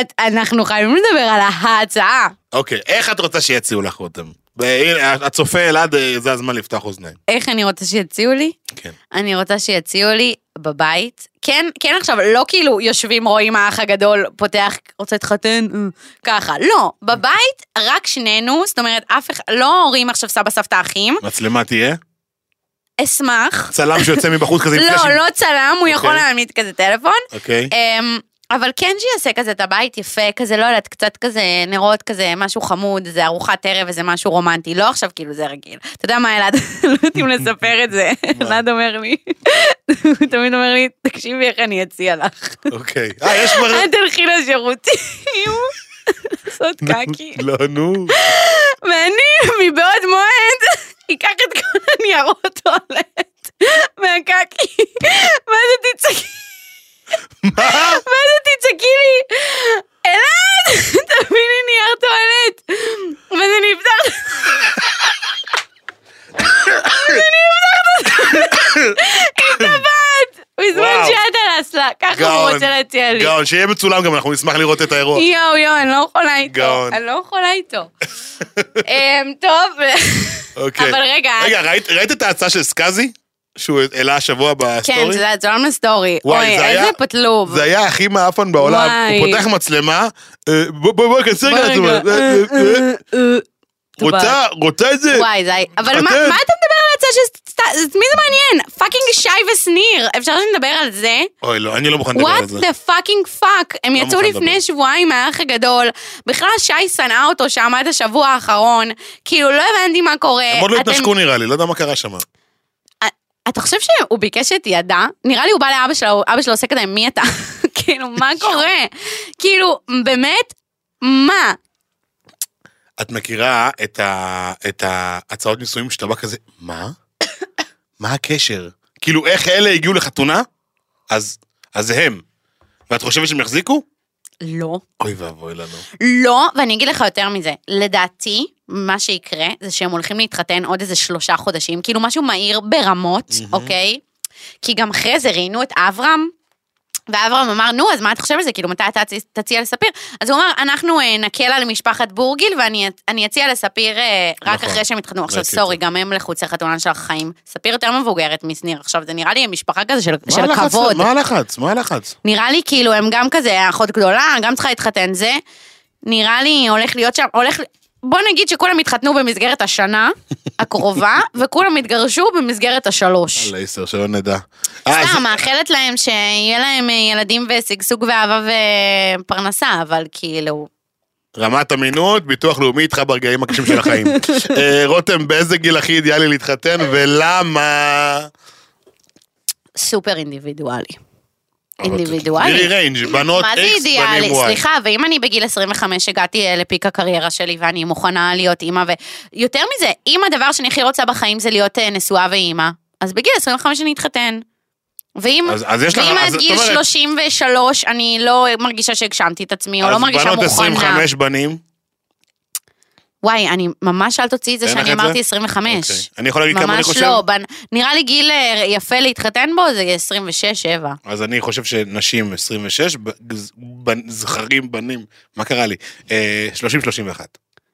Speaker 3: את- אנחנו חייבים לדבר על ההצעה.
Speaker 2: אוקיי, איך את רוצה שיציעו לך רותם? והנה, הצופה אלעד, אה, זה הזמן לפתוח אוזניים.
Speaker 3: איך אני רוצה שיציעו לי?
Speaker 2: כן.
Speaker 3: אני רוצה שיציעו לי בבית. כן, כן עכשיו, לא כאילו יושבים, רואים האח הגדול, פותח, רוצה להתחתן, אה, ככה. לא, בבית רק שנינו, זאת אומרת, אף אחד, לא ההורים עכשיו סבא, סבתא, אחים.
Speaker 2: מצלמה תהיה?
Speaker 3: אשמח.
Speaker 2: צלם שיוצא מבחוץ כזה עם
Speaker 3: לא,
Speaker 2: פלאשים.
Speaker 3: לא צלם, הוא יכול
Speaker 2: אוקיי.
Speaker 3: להעמיד כזה טלפון.
Speaker 2: אוקיי.
Speaker 3: אמ, אבל כן שיעשה כזה את הבית יפה, כזה, לא יודעת, קצת כזה נרות כזה, משהו חמוד, איזה ארוחת ערב, איזה משהו רומנטי, לא עכשיו כאילו זה רגיל. אתה יודע מה, אלעד, (laughs) לא יודעת אם לספר את זה, אלעד אומר לי, הוא תמיד אומר לי, תקשיבי איך אני אציע לך.
Speaker 2: אוקיי. אה, יש כבר...
Speaker 3: את תלכי לשירותים, (laughs) לעשות קקי.
Speaker 2: (laughs) לא, נו.
Speaker 3: ואני מבעוד מועד (laughs) אקח את כל הניירות טואלט מהקקי, (laughs) ואז את תצעקי,
Speaker 2: מה?
Speaker 3: ואז את תצעקי לי, אלעד, (laughs) תביא לי נייר טואלט. ואז אני אפתח, בזמן
Speaker 2: וואו.
Speaker 3: שאת על האסלה, ככה הוא
Speaker 2: גאון.
Speaker 3: רוצה להציע לי.
Speaker 2: גאון, שיהיה מצולם גם, אנחנו נשמח לראות את האירוע.
Speaker 3: יואו, יואו, אני לא יכולה איתו.
Speaker 2: גאון.
Speaker 3: אני לא יכולה איתו. אמ, טוב,
Speaker 2: אוקיי.
Speaker 3: אבל רגע,
Speaker 2: רגע, ראית- ראית את ההצעה של סקאזי? שהוא העלה השבוע
Speaker 3: כן,
Speaker 2: בסטורי?
Speaker 3: זה היה צולם לסטורי.
Speaker 2: וואי,
Speaker 3: אוי,
Speaker 2: זה היה-
Speaker 3: איזה פתלוב.
Speaker 2: זה היה הכי מעפן בעולם.
Speaker 3: וואי.
Speaker 2: הוא פותח מצלמה, אה, בוא, בוא, בוא, כנסי רגע.
Speaker 3: בוא רגע,
Speaker 2: לעצמה. אה,
Speaker 3: אה,
Speaker 2: אה, אה,
Speaker 3: אה, אה.
Speaker 2: רוצה, רוצה את זה?
Speaker 3: וואי, זה היה... אבל
Speaker 2: אתם-
Speaker 3: מה מה אתה מדבר על הצד של... את מי זה מעניין? פאקינג שי ושניר. אפשר שנדבר על זה?
Speaker 2: אוי, לא, אני לא מוכן לדבר על
Speaker 3: וואט
Speaker 2: זה.
Speaker 3: דה פאקינג פאק. הם
Speaker 2: לא
Speaker 3: יצאו
Speaker 2: מוכן לדבר.
Speaker 3: לפני שבועיים מהאח הגדול. בכלל, שי שנאה אותו שעמד השבוע האחרון. כאילו, לא הבנתי מה קורה.
Speaker 2: הם עוד לא
Speaker 3: אתם-
Speaker 2: התנשקו נראה לי, לא יודע מה קרה שם.
Speaker 3: אתה חושב שהוא ביקש את ידה? נראה לי הוא בא לאבא שלו, אבא שלו עושה כזה, מי אתה? (laughs) כאילו, מה קורה? כאילו, באמת? מה?
Speaker 2: את מכירה את ה- את ההצעות נישואים שאתה בא כזה, מה? מה הקשר? כאילו, איך אלה הגיעו לחתונה? אז אז זה הם. ואת חושבת שהם יחזיקו?
Speaker 3: לא.
Speaker 2: אוי ואבוי לנו.
Speaker 3: לא, ואני אגיד לך יותר מזה. לדעתי, מה שיקרה זה שהם הולכים להתחתן עוד איזה שלושה חודשים, כאילו משהו מהיר ברמות, אוקיי? כי גם אחרי זה ראיינו את אברהם. ואברהם אמר, נו, אז מה אתה חושב על זה? כאילו, מתי אתה תצ- תציע לספיר? אז הוא אמר, אנחנו אה, נקל על משפחת בורגיל, ואני אני אציע לספיר אה, רק
Speaker 2: נכון.
Speaker 3: אחרי שהם יתחתנו. עכשיו,
Speaker 2: ראיתי את
Speaker 3: סורי,
Speaker 2: זה.
Speaker 3: גם הם לחוצי חתונן של החיים. ספיר יותר מבוגרת משניר. עכשיו, זה נראה לי משפחה כזה של,
Speaker 2: מה
Speaker 3: של
Speaker 2: הלחץ?
Speaker 3: כבוד.
Speaker 2: מה הלחץ? מה הלחץ?
Speaker 3: נראה לי כאילו הם גם כזה אחות גדולה, גם צריכה להתחתן זה. נראה לי הולך להיות שם, הולך... בוא נגיד שכולם התחתנו במסגרת השנה
Speaker 2: (laughs)
Speaker 3: הקרובה, וכולם התגרשו במסגרת השלוש.
Speaker 2: על העשר, שלא נדע. אה, אז-
Speaker 3: סתם, מאחלת להם שיהיה להם אה, ילדים ושגשוג ואהבה ופרנסה, אבל כאילו...
Speaker 2: רמת אמינות, ביטוח לאומי איתך ברגעים הקשים של
Speaker 3: (laughs)
Speaker 2: החיים. אה, רותם, באיזה גיל הכי אידיאלי להתחתן ולמה?
Speaker 3: סופר אינדיבידואלי.
Speaker 2: אבל תגידי
Speaker 3: אינדיבידואלי.
Speaker 2: לי ריינג', בנות
Speaker 3: מה זה
Speaker 2: איקס,
Speaker 3: אידיאלי?
Speaker 2: בנים וואי.
Speaker 3: סליחה, ואם אני בגיל 25 הגעתי אה, לפיק הקריירה שלי ואני מוכנה להיות אימא ו... יותר מזה, אם הדבר שאני הכי רוצה בחיים זה להיות אה, נשואה ואימא, אז בגיל 25 אני אתחתן. ואם...
Speaker 2: אז- אז יש לך,
Speaker 3: ואם
Speaker 2: אז
Speaker 3: עד
Speaker 2: זאת
Speaker 3: גיל
Speaker 2: אומרת-
Speaker 3: 33 אני לא מרגישה שהגשמתי את עצמי, או לא מרגישה
Speaker 2: אז בנות
Speaker 3: מוכנה.
Speaker 2: 25 בנים.
Speaker 3: וואי, אני ממש אל תוציאי את זה
Speaker 2: אין לך
Speaker 3: שאני
Speaker 2: את זה?
Speaker 3: אמרתי 25.
Speaker 2: אוקיי. אני יכול להגיד כמה אני
Speaker 3: ממש
Speaker 2: חושב?
Speaker 3: לא, בנ- נראה לי גיל אה, יפה להתחתן בו זה 26-7.
Speaker 2: אז אני חושב שנשים 26, ב- גז- בנ- זכרים, בנים, מה קרה לי? אה, 30-31.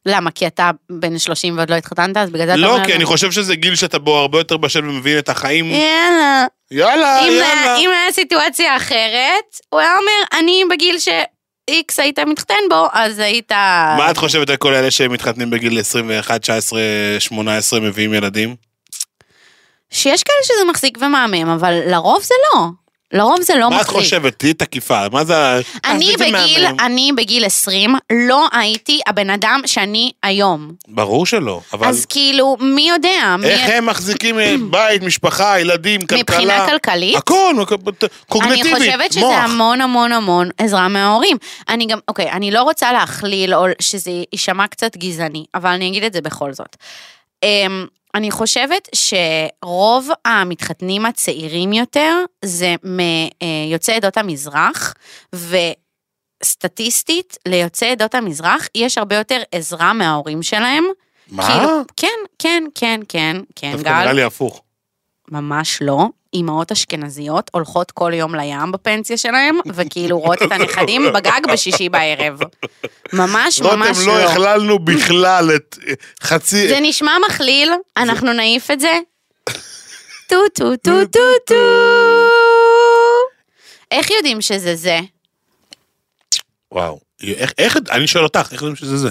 Speaker 3: למה? כי אתה בן 30 ועוד לא התחתנת, אז בגלל זה אתה אומר... אה,
Speaker 2: לא, כי
Speaker 3: את
Speaker 2: אני
Speaker 3: זה?
Speaker 2: חושב שזה גיל שאתה בו הרבה יותר בשל ומבין את החיים.
Speaker 3: יאללה.
Speaker 2: יאללה,
Speaker 3: אם היה-
Speaker 2: יאללה.
Speaker 3: אם היה סיטואציה אחרת, הוא היה אומר, אני בגיל שאיקס היית מתחתן בו, אז היית...
Speaker 2: מה את חושבת על כל אלה שמתחתנים בגיל 21, 19, 18, מביאים ילדים?
Speaker 3: שיש כאלה שזה מחזיק ומהמם, אבל לרוב זה לא. לרוב זה לא
Speaker 2: מה את
Speaker 3: מחזיק.
Speaker 2: חושבת? תהיי תקיפה, מה זה... ה-
Speaker 3: אני
Speaker 2: אז זה
Speaker 3: בגיל,
Speaker 2: מהמם.
Speaker 3: אני בגיל 20 לא הייתי הבן אדם שאני היום.
Speaker 2: ברור שלא, אבל
Speaker 3: אז כאילו, מי יודע? מי-
Speaker 2: איך הם מחזיקים
Speaker 3: (clears throat)
Speaker 2: אה, בית, משפחה, ילדים, כלכלה?
Speaker 3: מבחינה כלכלית?
Speaker 2: הכל,
Speaker 3: אני
Speaker 2: קוגנטיבית, מוח.
Speaker 3: חושבת שזה המון המון המון עזרה מההורים. אני גם, אוקיי, אני לא רוצה להכליל או שזה יישמע קצת גזעני, אבל אני אגיד את זה בכל זאת. אמ, אני חושבת שרוב המתחתנים הצעירים יותר זה מיוצאי עדות המזרח, וסטטיסטית ליוצאי עדות המזרח יש הרבה יותר עזרה מההורים שלהם.
Speaker 2: מה?
Speaker 3: כאילו, כן, כן, כן, כן, כן,
Speaker 2: דווקא
Speaker 3: גל.
Speaker 2: נראה לי הפוך.
Speaker 3: ממש לא. אימהות אשכנזיות הולכות כל יום לים בפנסיה שלהם, וכאילו רואות את הנכדים בגג בשישי בערב. ממש
Speaker 2: רותם,
Speaker 3: ממש
Speaker 2: לא
Speaker 3: לא.
Speaker 2: הכללנו בכלל את אה, חצי...
Speaker 3: זה נשמע מכליל, אנחנו נעיף (laughs) את זה. טו טו טו טו טו. איך יודעים שזה זה?
Speaker 2: וואו. איך, איך, אני שואל אותך, איך יודעים שזה זה?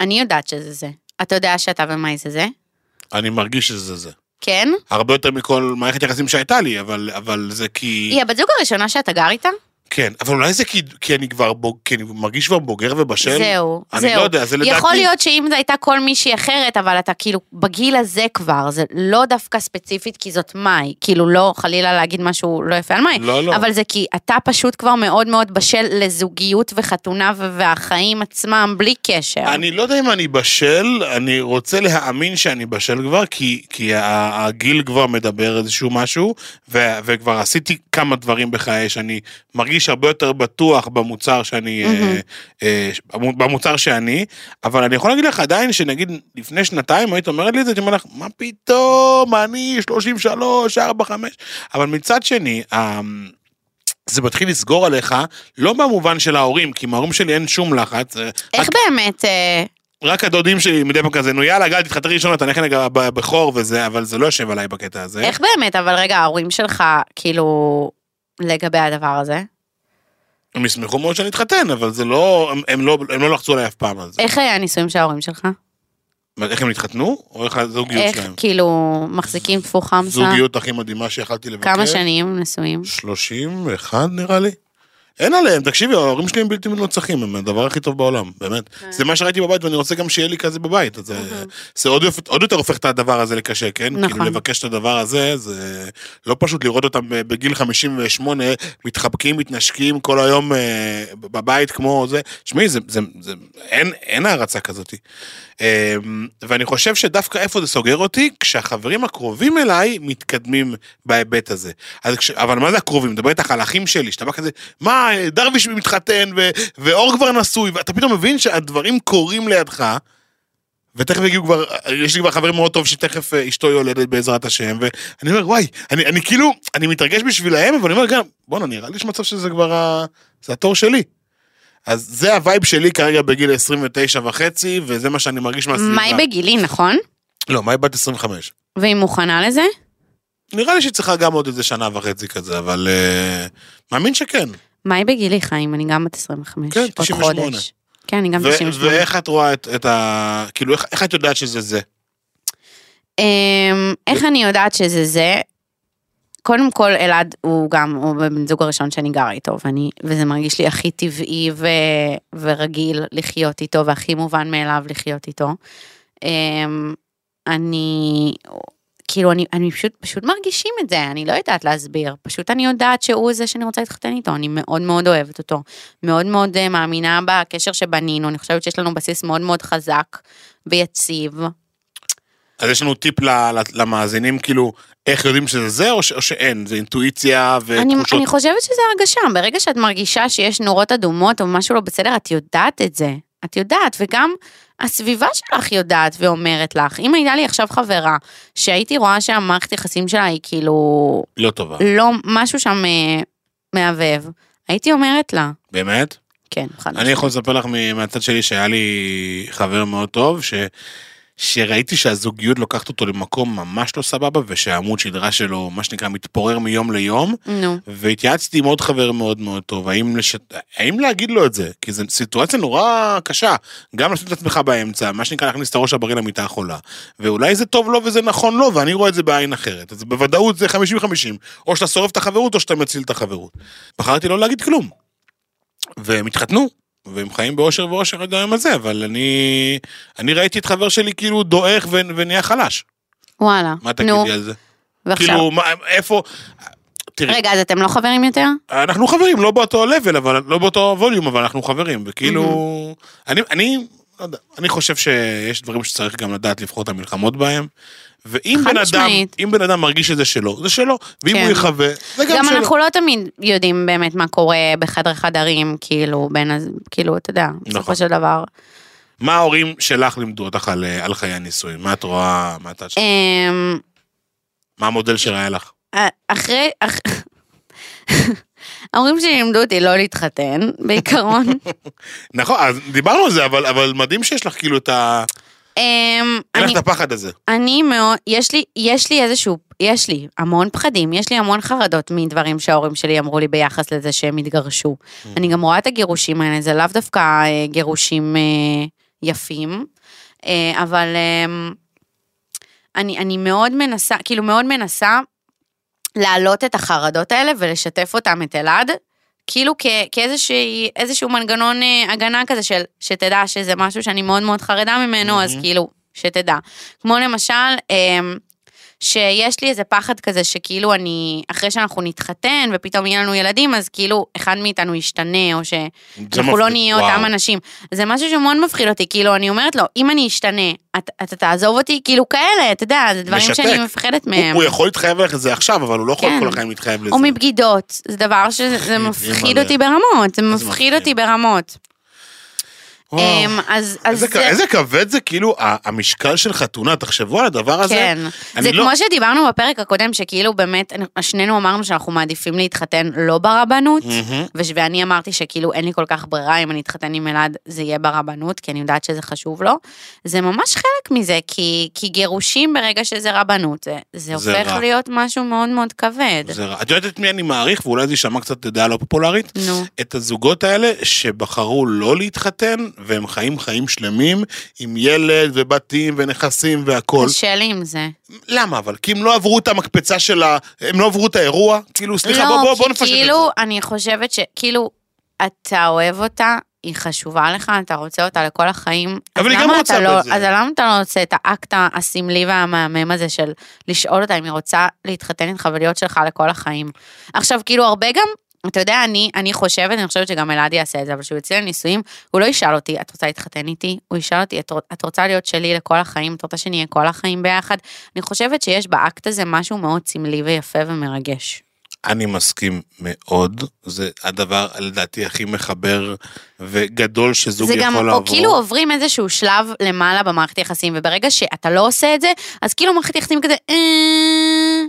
Speaker 3: אני יודעת שזה זה. אתה יודע שאתה ומאי זה זה?
Speaker 2: אני מרגיש שזה זה.
Speaker 3: כן?
Speaker 2: הרבה יותר מכל מערכת יחסים שהייתה לי, אבל, אבל זה כי...
Speaker 3: היא הבת זוג הראשונה שאתה גר איתה?
Speaker 2: כן, אבל אולי זה כי, כי אני כבר בוג... כי אני מרגיש כבר בוגר ובשל.
Speaker 3: זהו,
Speaker 2: אני
Speaker 3: זהו.
Speaker 2: לא יודע, זה לדעתי...
Speaker 3: יכול להיות שאם זו הייתה כל מישהי אחרת, אבל אתה כאילו בגיל הזה כבר, זה לא דווקא ספציפית כי זאת מאי, כאילו לא חלילה להגיד משהו לא יפה על מאי,
Speaker 2: לא, לא.
Speaker 3: אבל זה כי אתה פשוט כבר מאוד מאוד בשל לזוגיות וחתונה ו- והחיים עצמם בלי קשר.
Speaker 2: אני לא יודע אם אני בשל, אני רוצה להאמין שאני בשל כבר, כי, כי ה- הגיל כבר מדבר איזשהו משהו, ו, וכבר עשיתי כמה דברים בחיי שאני מרגיש הרבה יותר בטוח במוצר שאני, אה, אה, ש- במוצר שאני, אבל אני יכול להגיד לך עדיין שנגיד לפני שנתיים היית אומרת לי את זה, הייתי אומר לך, מה פתאום, אני 33, 4, 5, אבל מצד שני, ה- זה מתחיל לסגור עליך, לא במובן של ההורים, כי מההורים שלי אין שום לחץ. אה,
Speaker 3: איך באמת, אה,
Speaker 2: רק הדודים שלי מדי פעם כזה, נו יאללה גל תתחתן ראשון, אתה נכד הבכור וזה, אבל זה לא יושב עליי בקטע הזה.
Speaker 3: איך באמת, אבל רגע, ההורים שלך, כאילו, לגבי הדבר הזה,
Speaker 2: הם ישמחו מאוד שאני אתחתן, אבל זה לא, הם, הם לא, הם לא לחצו עליי אף פעם על זה.
Speaker 3: איך היה הנישואים של ההורים שלך?
Speaker 2: איך, איך הם התחתנו? או איך הזוגיות
Speaker 3: איך
Speaker 2: שלהם?
Speaker 3: כאילו מחזיקים טפו חמסה?
Speaker 2: זוגיות אוקיי. הכי מדהימה שיכלתי לבקר.
Speaker 3: כמה שנים נשואים?
Speaker 2: 31 נראה לי. אין עליהם, תקשיבי, ההורים שלי הם בלתי מנוצחים, הם הדבר הכי טוב בעולם, באמת. זה מה שראיתי בבית ואני רוצה גם שיהיה לי כזה בבית. אז זה- זה עוד יופ- עוד יותר הופך את הדבר הזה לקשה, כן?
Speaker 3: נכון.
Speaker 2: כאילו לבקש את הדבר הזה, זה לא פשוט לראות אותם בגיל 58, מתחבקים, מתנשקים כל היום אה, בבית כמו זה. תשמעי, זה, זה, זה, אין, אין הערצה כזאת. אמ, ואני חושב שדווקא איפה זה סוגר אותי, כשהחברים הקרובים אליי מתקדמים בהיבט הזה. אז כש... אבל מה זה הקרובים? מדבר איתך על אחים שלי, שאתה בא כזה, מה, דרוויש מתחתן, ו... ואור כבר נשוי, ואתה פתאום מבין שהדברים קורים לידך. ותכף יגיעו כבר, יש לי כבר חבר מאוד טוב שתכף אה, אשתו יולדת בעזרת השם, ואני אומר, וואי, אני, אני כאילו, אני מתרגש בשבילהם, אבל אני אומר גם, בואנה, נראה לי יש מצב שזה כבר, ה... זה התור שלי. אז זה הווייב שלי כרגע בגיל 29 וחצי, וזה מה שאני מרגיש מהסביבה.
Speaker 3: מאי בגילי, נכון?
Speaker 2: לא, מאי בת 25.
Speaker 3: והיא מוכנה לזה?
Speaker 2: נראה לי שהיא צריכה גם עוד איזה שנה וחצי כזה, אבל אה, מאמין שכן.
Speaker 3: מאי בגילי, חיים, אני גם בת 25.
Speaker 2: כן,
Speaker 3: עוד
Speaker 2: 98.
Speaker 3: חודש. כן, אני גם
Speaker 2: ו-
Speaker 3: 98.
Speaker 2: ואיך את רואה את, את ה... כאילו, איך, איך את יודעת שזה זה?
Speaker 3: אמ, איך אני יודעת שזה זה? קודם כל, אלעד הוא גם, הוא בן זוג הראשון שאני גרה איתו, ואני, וזה מרגיש לי הכי טבעי ו, ורגיל לחיות איתו, והכי מובן מאליו לחיות איתו. אמ, אני, כאילו, אני, אני פשוט, פשוט מרגישים את זה, אני לא יודעת להסביר. פשוט אני יודעת שהוא זה שאני רוצה להתחתן איתו, אני מאוד מאוד אוהבת אותו. מאוד מאוד אה, מאמינה בקשר שבנינו, אני חושבת שיש לנו בסיס מאוד מאוד חזק ויציב.
Speaker 2: אז יש לנו טיפ ל, ל, למאזינים, כאילו, איך יודעים שזה זה או, ש, או שאין? זה אינטואיציה
Speaker 3: אני,
Speaker 2: ותחושות.
Speaker 3: אני חושבת שזה הרגשה, ברגע שאת מרגישה שיש נורות אדומות או משהו לא בסדר, את יודעת את זה. את יודעת, וגם הסביבה שלך יודעת ואומרת לך. אם הייתה לי עכשיו חברה שהייתי רואה שהמערכת יחסים שלה היא כאילו
Speaker 2: לא טובה.
Speaker 3: לא, משהו שם אה, מהבהב, הייתי אומרת לה,
Speaker 2: באמת?
Speaker 3: כן, חד
Speaker 2: אני
Speaker 3: משמעית.
Speaker 2: יכול לספר לך מ- מהצד שלי שהיה לי חבר מאוד טוב, ש... שראיתי שהזוגיות לוקחת אותו למקום ממש לא סבבה, ושהעמוד שדרה שלו, מה שנקרא, מתפורר מיום ליום,
Speaker 3: נו,
Speaker 2: והתייעצתי עם עוד חבר מאוד מאוד טוב, האם, לש... האם להגיד לו את זה? כי זו סיטואציה נורא קשה, גם לשים את עצמך באמצע, מה שנקרא להכניס את הראש הבריא למיטה החולה. ואולי זה טוב לו וזה נכון לו, ואני רואה את זה בעין אחרת. אז בוודאות זה 50-50, או שאתה שורף את החברות או שאתה מציל את החברות. בחרתי לא להגיד כלום. והם התחתנו, והם חיים באושר ואושר עד היום הזה, אבל אני, אני ראיתי את חבר שלי כאילו דועך ו... ונהיה חלש.
Speaker 3: וואלה.
Speaker 2: מה
Speaker 3: נו,
Speaker 2: תגידי על זה?
Speaker 3: ועכשיו,
Speaker 2: כאילו, מה, איפה... תראי,
Speaker 3: רגע, אז אתם לא חברים יותר?
Speaker 2: אנחנו חברים, לא באותו level, אבל לא באותו ווליום, אבל אנחנו חברים, וכאילו... אני, אני, לא יודע, אני חושב שיש דברים שצריך גם לדעת לבחור את המלחמות בהם, ואם
Speaker 3: חד
Speaker 2: בן אדם,
Speaker 3: משמעית.
Speaker 2: אם בן אדם מרגיש שזה שלו, זה שלו, ואם
Speaker 3: כן.
Speaker 2: הוא יחווה, זה גם,
Speaker 3: גם
Speaker 2: שלו.
Speaker 3: אנחנו לא תמיד יודעים באמת מה קורה בחדר חדרים, כאילו, בין, הז- כאילו, אתה יודע,
Speaker 2: נכון.
Speaker 3: בסופו של דבר.
Speaker 2: מה ההורים שלך לימדו אותך על, אה, על חיי הנישואים? מה את רואה, מה, אתה,
Speaker 3: אמ,
Speaker 2: מה המודל שהיה לך?
Speaker 3: אה, אחרי, אח- ההורים שלי לימדו אותי לא להתחתן,
Speaker 2: (laughs)
Speaker 3: בעיקרון.
Speaker 2: נכון, אז דיברנו על זה, אבל, אבל מדהים שיש לך כאילו את ה...
Speaker 3: אמ,
Speaker 2: אין לך
Speaker 3: אני-
Speaker 2: את הפחד הזה.
Speaker 3: אני מאוד, יש לי, יש לי איזשהו, יש לי המון פחדים, יש לי המון חרדות מדברים שההורים שלי אמרו לי ביחס לזה שהם התגרשו.
Speaker 2: Mm.
Speaker 3: אני גם רואה את הגירושים האלה, זה לאו דווקא אה, גירושים אה, יפים, אה, אבל אה, אני, אני מאוד מנסה, כאילו מאוד מנסה להעלות את החרדות האלה ולשתף אותם את אלעד, כאילו כ- כאיזושהי- איזשהו מנגנון אה, הגנה כזה של, שתדע שזה משהו שאני מאוד מאוד חרדה ממנו, אז כאילו, שתדע. כמו למשל, אמ, שיש לי איזה פחד כזה שכאילו אני, אחרי שאנחנו נתחתן ופתאום יהיה לנו ילדים, אז כאילו אחד מאיתנו ישתנה, או שאנחנו לא
Speaker 2: מפחיד,
Speaker 3: נהיה
Speaker 2: וואו.
Speaker 3: אותם אנשים. זה משהו שמאוד מפחיד אותי, כאילו, אני אומרת לו, אם אני אשתנה, אתה אתה תעזוב אותי, כאילו כאלה, אתה יודע, זה דברים
Speaker 2: משתק.
Speaker 3: שאני מפחדת
Speaker 2: הוא-
Speaker 3: מהם.
Speaker 2: הוא יכול להתחייב לך לזה עכשיו, אבל הוא לא יכול
Speaker 3: כן.
Speaker 2: כל החיים להתחייב לזה.
Speaker 3: או מבגידות, זה דבר שזה זה מפחיד
Speaker 2: אימא'לה.
Speaker 3: אותי ברמות, זה
Speaker 2: מפחיד.
Speaker 3: מפחיד אותי ברמות.
Speaker 2: וואו.
Speaker 3: אמ, אז אז
Speaker 2: איזה, כ-
Speaker 3: זה...
Speaker 2: איזה כבד זה כאילו ה- המשקל של חתונה, תחשבו על הדבר הזה.
Speaker 3: כן,
Speaker 2: אני
Speaker 3: זה
Speaker 2: לא-
Speaker 3: כמו שדיברנו בפרק הקודם, שכאילו באמת, אנחנו- שנינו אמרנו שאנחנו מעדיפים להתחתן לא ברבנות,
Speaker 2: Mm.
Speaker 3: וש- ואני אמרתי שכאילו אין לי כל כך ברירה, אם אני אתחתן עם אלעד, זה יהיה ברבנות, כי אני יודעת שזה חשוב לו. זה ממש חלק מזה, כי, כי גירושים ברגע שזה רבנות, זה, זה
Speaker 2: זה
Speaker 3: הופך
Speaker 2: רע.
Speaker 3: להיות משהו מאוד מאוד כבד.
Speaker 2: זה רע. את יודעת את מי אני מעריך, ואולי זה יישמע קצת לדעה לא פופולרית?
Speaker 3: נו.
Speaker 2: את הזוגות האלה שבחרו לא להתחתן, והם חיים חיים שלמים, עם ילד ובתים ונכסים והכול.
Speaker 3: קשה לי עם זה.
Speaker 2: למה אבל? כי הם לא עברו את המקפצה של ה... הם לא עברו את האירוע? כאילו, סליחה,
Speaker 3: לא,
Speaker 2: בוא, בוא, בוא
Speaker 3: כי
Speaker 2: נפשט את זה.
Speaker 3: כאילו, אני חושבת שכאילו, אתה אוהב אותה, היא חשובה לך, אתה רוצה אותה לכל החיים. אז
Speaker 2: אבל היא
Speaker 3: למה
Speaker 2: גם
Speaker 3: אתה
Speaker 2: רוצה
Speaker 3: לא,
Speaker 2: בזה.
Speaker 3: אז למה אתה לא עושה את האקט הסמלי והמהמם הזה של לשאול אותה אם היא רוצה להתחתן איתך ולהיות שלך לכל החיים? עכשיו, כאילו, הרבה גם... אתה יודע, אני, אני חושבת, אני חושבת שגם אלעד יעשה את זה, אבל כשהוא יוצא לנישואים, הוא לא ישאל אותי, את רוצה להתחתן איתי? הוא ישאל אותי, את, רוצ- את רוצה להיות שלי לכל החיים? את רוצה שנהיה כל החיים ביחד? אני חושבת שיש באקט הזה משהו מאוד סמלי ויפה ומרגש.
Speaker 2: אני מסכים מאוד, זה הדבר לדעתי הכי מחבר וגדול שזוג
Speaker 3: זה
Speaker 2: יכול
Speaker 3: גם,
Speaker 2: לעבור.
Speaker 3: או כאילו עוברים איזשהו שלב למעלה במערכת יחסים, וברגע שאתה לא עושה את זה, אז כאילו מערכת יחסים כזה, "אה,